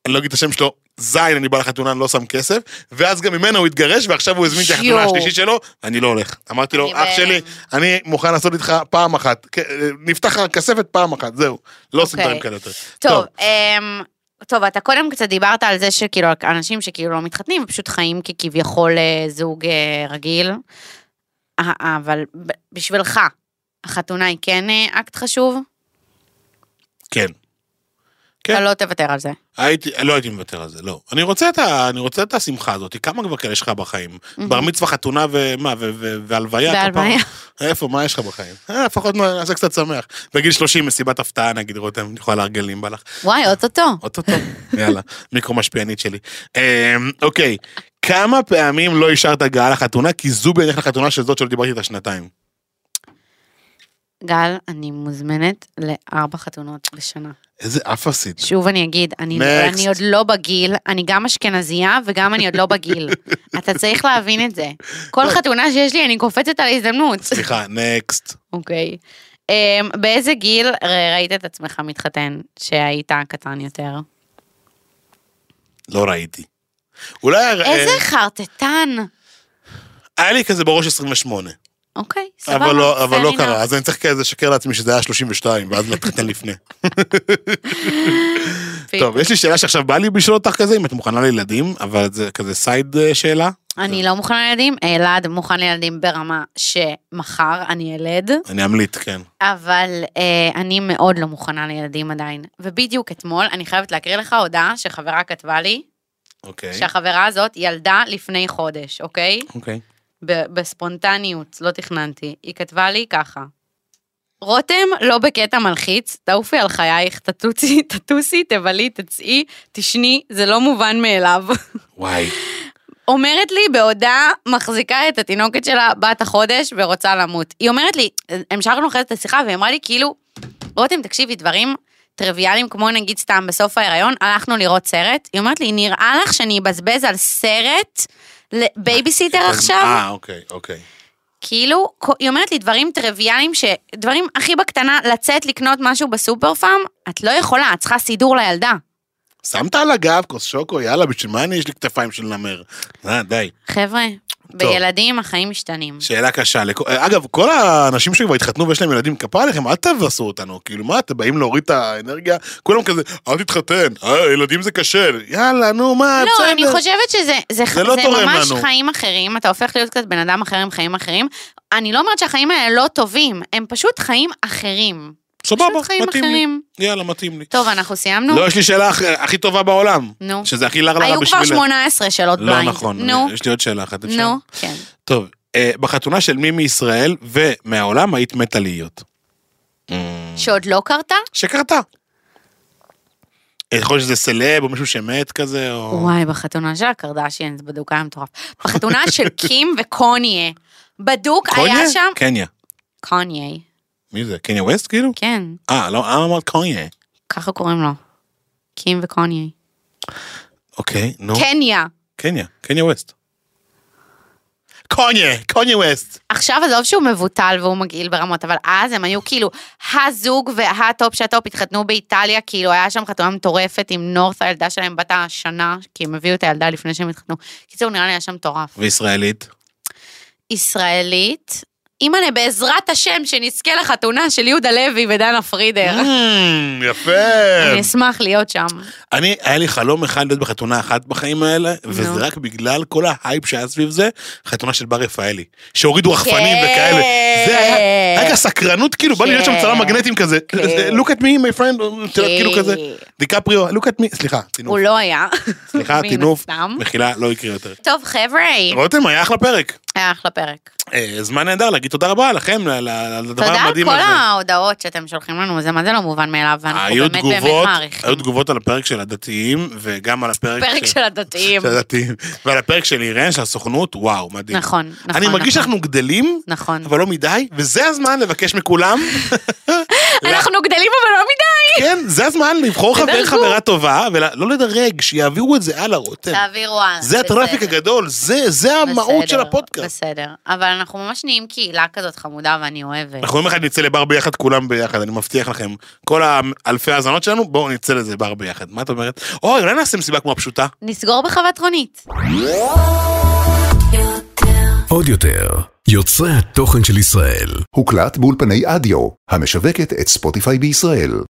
Speaker 2: אני לא אגיד את השם שלו, זין, אני בא לחתונה, אני לא שם כסף, ואז גם ממנו הוא התגרש, ועכשיו הוא הזמין את החתונה
Speaker 3: יואו.
Speaker 2: השלישית שלו, אני לא הולך. אמרתי לו,
Speaker 3: אני
Speaker 2: אח שלי, אני מוכן לעשות איתך פעם אחת, כ- אה, נפתח הכספת פעם אחת, זהו, לא עושים
Speaker 3: אוקיי.
Speaker 2: דברים כאלה יותר.
Speaker 3: טוב, אמ, טוב, אתה קודם קצת דיברת על זה שכאילו אנשים שכאילו לא מתחתנים, פשוט חיים ככביכול אה, זוג אה, רגיל. אה, אה, אבל ב- בשבילך, החתונה היא כן אה, אקט חשוב?
Speaker 2: כן. כן.
Speaker 3: אתה לא תוותר על זה.
Speaker 2: הייתי, לא הייתי מוותר על זה, לא. אני רוצה את, ה, אני רוצה את השמחה הזאת, כמה כבר כאלה יש לך בחיים? בר מצווה, חתונה ומה, ו, ו, והלוויה?
Speaker 3: והלוויה.
Speaker 2: כפרה. איפה, מה יש לך בחיים? אה, לפחות נ- נעשה קצת שמח. בגיל 30 מסיבת הפתעה, נגיד, רותם, יכולה להרגל אם בא לך.
Speaker 3: וואי, אוטוטו. (laughs)
Speaker 2: אוטוטו, יאללה, מיקרו משפיענית שלי. אמ, אוקיי, כמה פעמים לא אישרת הגעה לחתונה, כי זו בעיניך החתונה של זאת שלא דיברתי איתה שנתיים?
Speaker 3: גל, אני מוזמנת לארבע חתונות בשנה.
Speaker 2: איזה אפסית.
Speaker 3: שוב אני אגיד, אני,
Speaker 2: Next.
Speaker 3: אני עוד לא בגיל, אני גם אשכנזייה וגם אני עוד לא
Speaker 2: (laughs)
Speaker 3: בגיל. אתה צריך להבין את זה. כל חתונה שיש לי, אני קופצת על ההזדמנות.
Speaker 2: סליחה, נקסט.
Speaker 3: אוקיי. אמ, באיזה גיל ר- ראית את עצמך מתחתן, שהיית קטן יותר?
Speaker 2: לא ראיתי. אולי...
Speaker 3: איזה
Speaker 2: אה,
Speaker 3: חרטטן.
Speaker 2: היה לי כזה בראש 28.
Speaker 3: אוקיי, סבבה.
Speaker 2: אבל לא, אבל
Speaker 3: fair
Speaker 2: לא
Speaker 3: enough.
Speaker 2: קרה, אז אני צריך כזה לשקר לעצמי שזה היה 32, ואז להתחתן לפני. טוב, יש לי שאלה שעכשיו בא לי לשאול אותך כזה, אם את מוכנה לילדים, אבל זה כזה סייד אה, שאלה.
Speaker 3: אני לא מוכנה לילדים, אלעד מוכן לילדים ברמה שמחר אני ילד,
Speaker 2: אני אמליט, כן.
Speaker 3: אבל אה, אני מאוד לא מוכנה לילדים עדיין. ובדיוק אתמול, אני חייבת להקריא לך הודעה שחברה כתבה לי,
Speaker 2: אוקיי.
Speaker 3: שהחברה הזאת ילדה לפני חודש, אוקיי?
Speaker 2: אוקיי.
Speaker 3: ב- בספונטניות, לא תכננתי. היא כתבה לי ככה: רותם, לא בקטע מלחיץ, תעופי על חייך, תטוצי, (laughs) תטוסי, תבלי, תצאי, תשני, זה לא מובן מאליו. (laughs)
Speaker 2: וואי.
Speaker 3: אומרת לי בהודעה, מחזיקה את התינוקת שלה בת החודש ורוצה למות. היא אומרת לי, המשכנו אחרי זה את השיחה, והיא אמרה לי כאילו, רותם, תקשיבי, דברים טריוויאליים, כמו נגיד סתם בסוף ההיריון, הלכנו לראות סרט, היא אומרת לי, נראה לך שאני אבזבז על סרט לבייביסיטר עכשיו?
Speaker 2: אה, אוקיי, אוקיי.
Speaker 3: כאילו, כ- היא אומרת לי דברים טריוויאליים, ש- דברים הכי בקטנה, לצאת לקנות משהו בסופר פארם, את לא יכולה, את צריכה סידור לילדה.
Speaker 2: שמת על הגב כוס שוקו, יאללה, בשביל מה אני יש לי כתפיים של נמר? אה, די.
Speaker 3: חבר'ה, בילדים החיים משתנים.
Speaker 2: שאלה קשה. לכ- אה, אגב, כל האנשים שכבר התחתנו ויש להם ילדים, כפר עליכם, אל תבאסו אותנו. כאילו, מה, אתם באים להוריד את האנרגיה? כולם כזה, אל תתחתן, אה, ילדים זה קשה. יאללה, נו, מה, אה, בסדר.
Speaker 3: לא, אני חושבת שזה זה,
Speaker 2: זה לא
Speaker 3: זה
Speaker 2: תורם
Speaker 3: ממש
Speaker 2: לנו.
Speaker 3: חיים אחרים, אתה הופך להיות קצת בן אדם אחר עם חיים אחרים. אני לא אומרת שהחיים האלה לא טובים, הם פשוט חיים אחרים.
Speaker 2: סבבה,
Speaker 3: פשוט חיים
Speaker 2: מתאים לי.
Speaker 3: אחרים.
Speaker 2: יאללה, מתאים לי.
Speaker 3: טוב, אנחנו סיימנו?
Speaker 2: לא, יש לי שאלה הכ- הכי טובה בעולם.
Speaker 3: נו.
Speaker 2: שזה הכי לרלרה בשבילך.
Speaker 3: היו כבר 18 שאלות
Speaker 2: לא
Speaker 3: בליינד.
Speaker 2: נכון,
Speaker 3: נו,
Speaker 2: יש לי עוד שאלה אחת, אפשר?
Speaker 3: נו, כן.
Speaker 2: טוב, אה, בחתונה של מי מישראל ומהעולם היית מתה להיות? אה,
Speaker 3: שעוד לא קרתה?
Speaker 2: שקרתה. יכול להיות שזה סלב או מישהו שמת כזה, או...
Speaker 3: וואי, בחתונה של הקרדשיאנס, בדוק היה מטורף. בחתונה
Speaker 2: (laughs)
Speaker 3: של קים וקוניה. בדוק היה
Speaker 2: קוניה?
Speaker 3: שם...
Speaker 2: קניה.
Speaker 3: קוניה,
Speaker 2: מי זה? קניה ווסט כאילו?
Speaker 3: כן,
Speaker 2: אה, לא, אה, אמרת קניה.
Speaker 3: ככה קוראים לו. קים וקוניה.
Speaker 2: אוקיי, נו.
Speaker 3: קניה.
Speaker 2: קניה, קניה ווסט. קוניה, קוניה ווסט.
Speaker 3: עכשיו עזוב שהוא מבוטל והוא מגעיל ברמות, אבל אז הם היו כאילו הזוג והטופ שהטופ התחתנו באיטליה, כאילו היה שם חתונה מטורפת עם נורת' הילדה שלהם בת השנה, כי הם הביאו את הילדה לפני שהם התחתנו. קיצור, נראה לי היה שם מטורף.
Speaker 2: וישראלית?
Speaker 3: ישראלית, אימא'לה, בעזרת השם שנזכה לחתונה של יהודה לוי ודנה פרידר.
Speaker 2: (laughs) Mm, יפה.
Speaker 3: אה. אני אשמח להיות שם.
Speaker 2: אני, היה לי חלום אחד להיות בחתונה אחת בחיים האלה, וזה
Speaker 3: נו.
Speaker 2: רק בגלל כל ההייפ שהיה סביב זה, חתונה של בר רפאלי.
Speaker 3: כן.
Speaker 2: שהורידו רחפנים וכאלה. זה היה, רק הסקרנות, כאילו, בא לי להיות שם
Speaker 3: כן.
Speaker 2: צלם מגנטים כזה. look at me, my friend, את יודעת, כאילו כזה. דיקפריו, look at me, סליחה,
Speaker 3: אה, הוא
Speaker 2: טינוף.
Speaker 3: לא היה.
Speaker 2: סליחה,
Speaker 3: מן
Speaker 2: טינוף.
Speaker 3: הסתם.
Speaker 2: מחילה, לא יקרה יותר.
Speaker 3: טוב, חבר'ה,
Speaker 2: רותם, היה אחלה פרק.
Speaker 3: היה אחלה פרק.
Speaker 2: אה, זמן נהדר להגיד תודה רבה לכם, ל- ל- לדבר
Speaker 3: תודה על
Speaker 2: המדהים
Speaker 3: כל
Speaker 2: הזה.
Speaker 3: ההודעות שאתם שולחים לנו, זה מה זה לא מובן מאליו, ואנחנו
Speaker 2: היו
Speaker 3: באמת באמת
Speaker 2: תגובות,
Speaker 3: מעריכים.
Speaker 2: היו תגובות על הפרק של הדתיים, וגם על הפרק
Speaker 3: פרק של הדתיים.
Speaker 2: של הדתיים. ועל הפרק של אירן, של הסוכנות, וואו, מדהים.
Speaker 3: נכון, נכון.
Speaker 2: אני מרגיש
Speaker 3: נכון.
Speaker 2: שאנחנו גדלים,
Speaker 3: נכון.
Speaker 2: אבל לא מדי, וזה הזמן לבקש
Speaker 3: (laughs)
Speaker 2: מכולם.
Speaker 3: אנחנו גדלים אבל לא מדי.
Speaker 2: כן, זה הזמן לבחור חבר
Speaker 3: תדרגו.
Speaker 2: חברה טובה, ולא לדרג, שיעבירו את זה הלאה, רותם.
Speaker 3: תעבירו הלאה.
Speaker 2: כן. זה הטראפיק
Speaker 3: בסדר.
Speaker 2: הגדול, זה- זה המהות של
Speaker 3: בסדר,
Speaker 2: הפודקאסט.
Speaker 3: בסדר, אבל אנחנו ממש נהיים קהילה כזאת חמודה ואני אוהבת.
Speaker 2: אנחנו יום אחד נצא לבר ביחד, כולם ביחד, אני מבטיח לכם. כל האלפי האזנות שלנו, בואו נצא לזה בר ביחד. מה את אומרת? אוי, אולי נעשה מסיבה כמו הפשוטה.
Speaker 3: נסגור בחוות רונית.
Speaker 1: עוד יותר, יוצרי התוכן של ישראל.
Speaker 4: הוקלט באולפני אדיו, המשווקת את ספוטיפיי בישראל.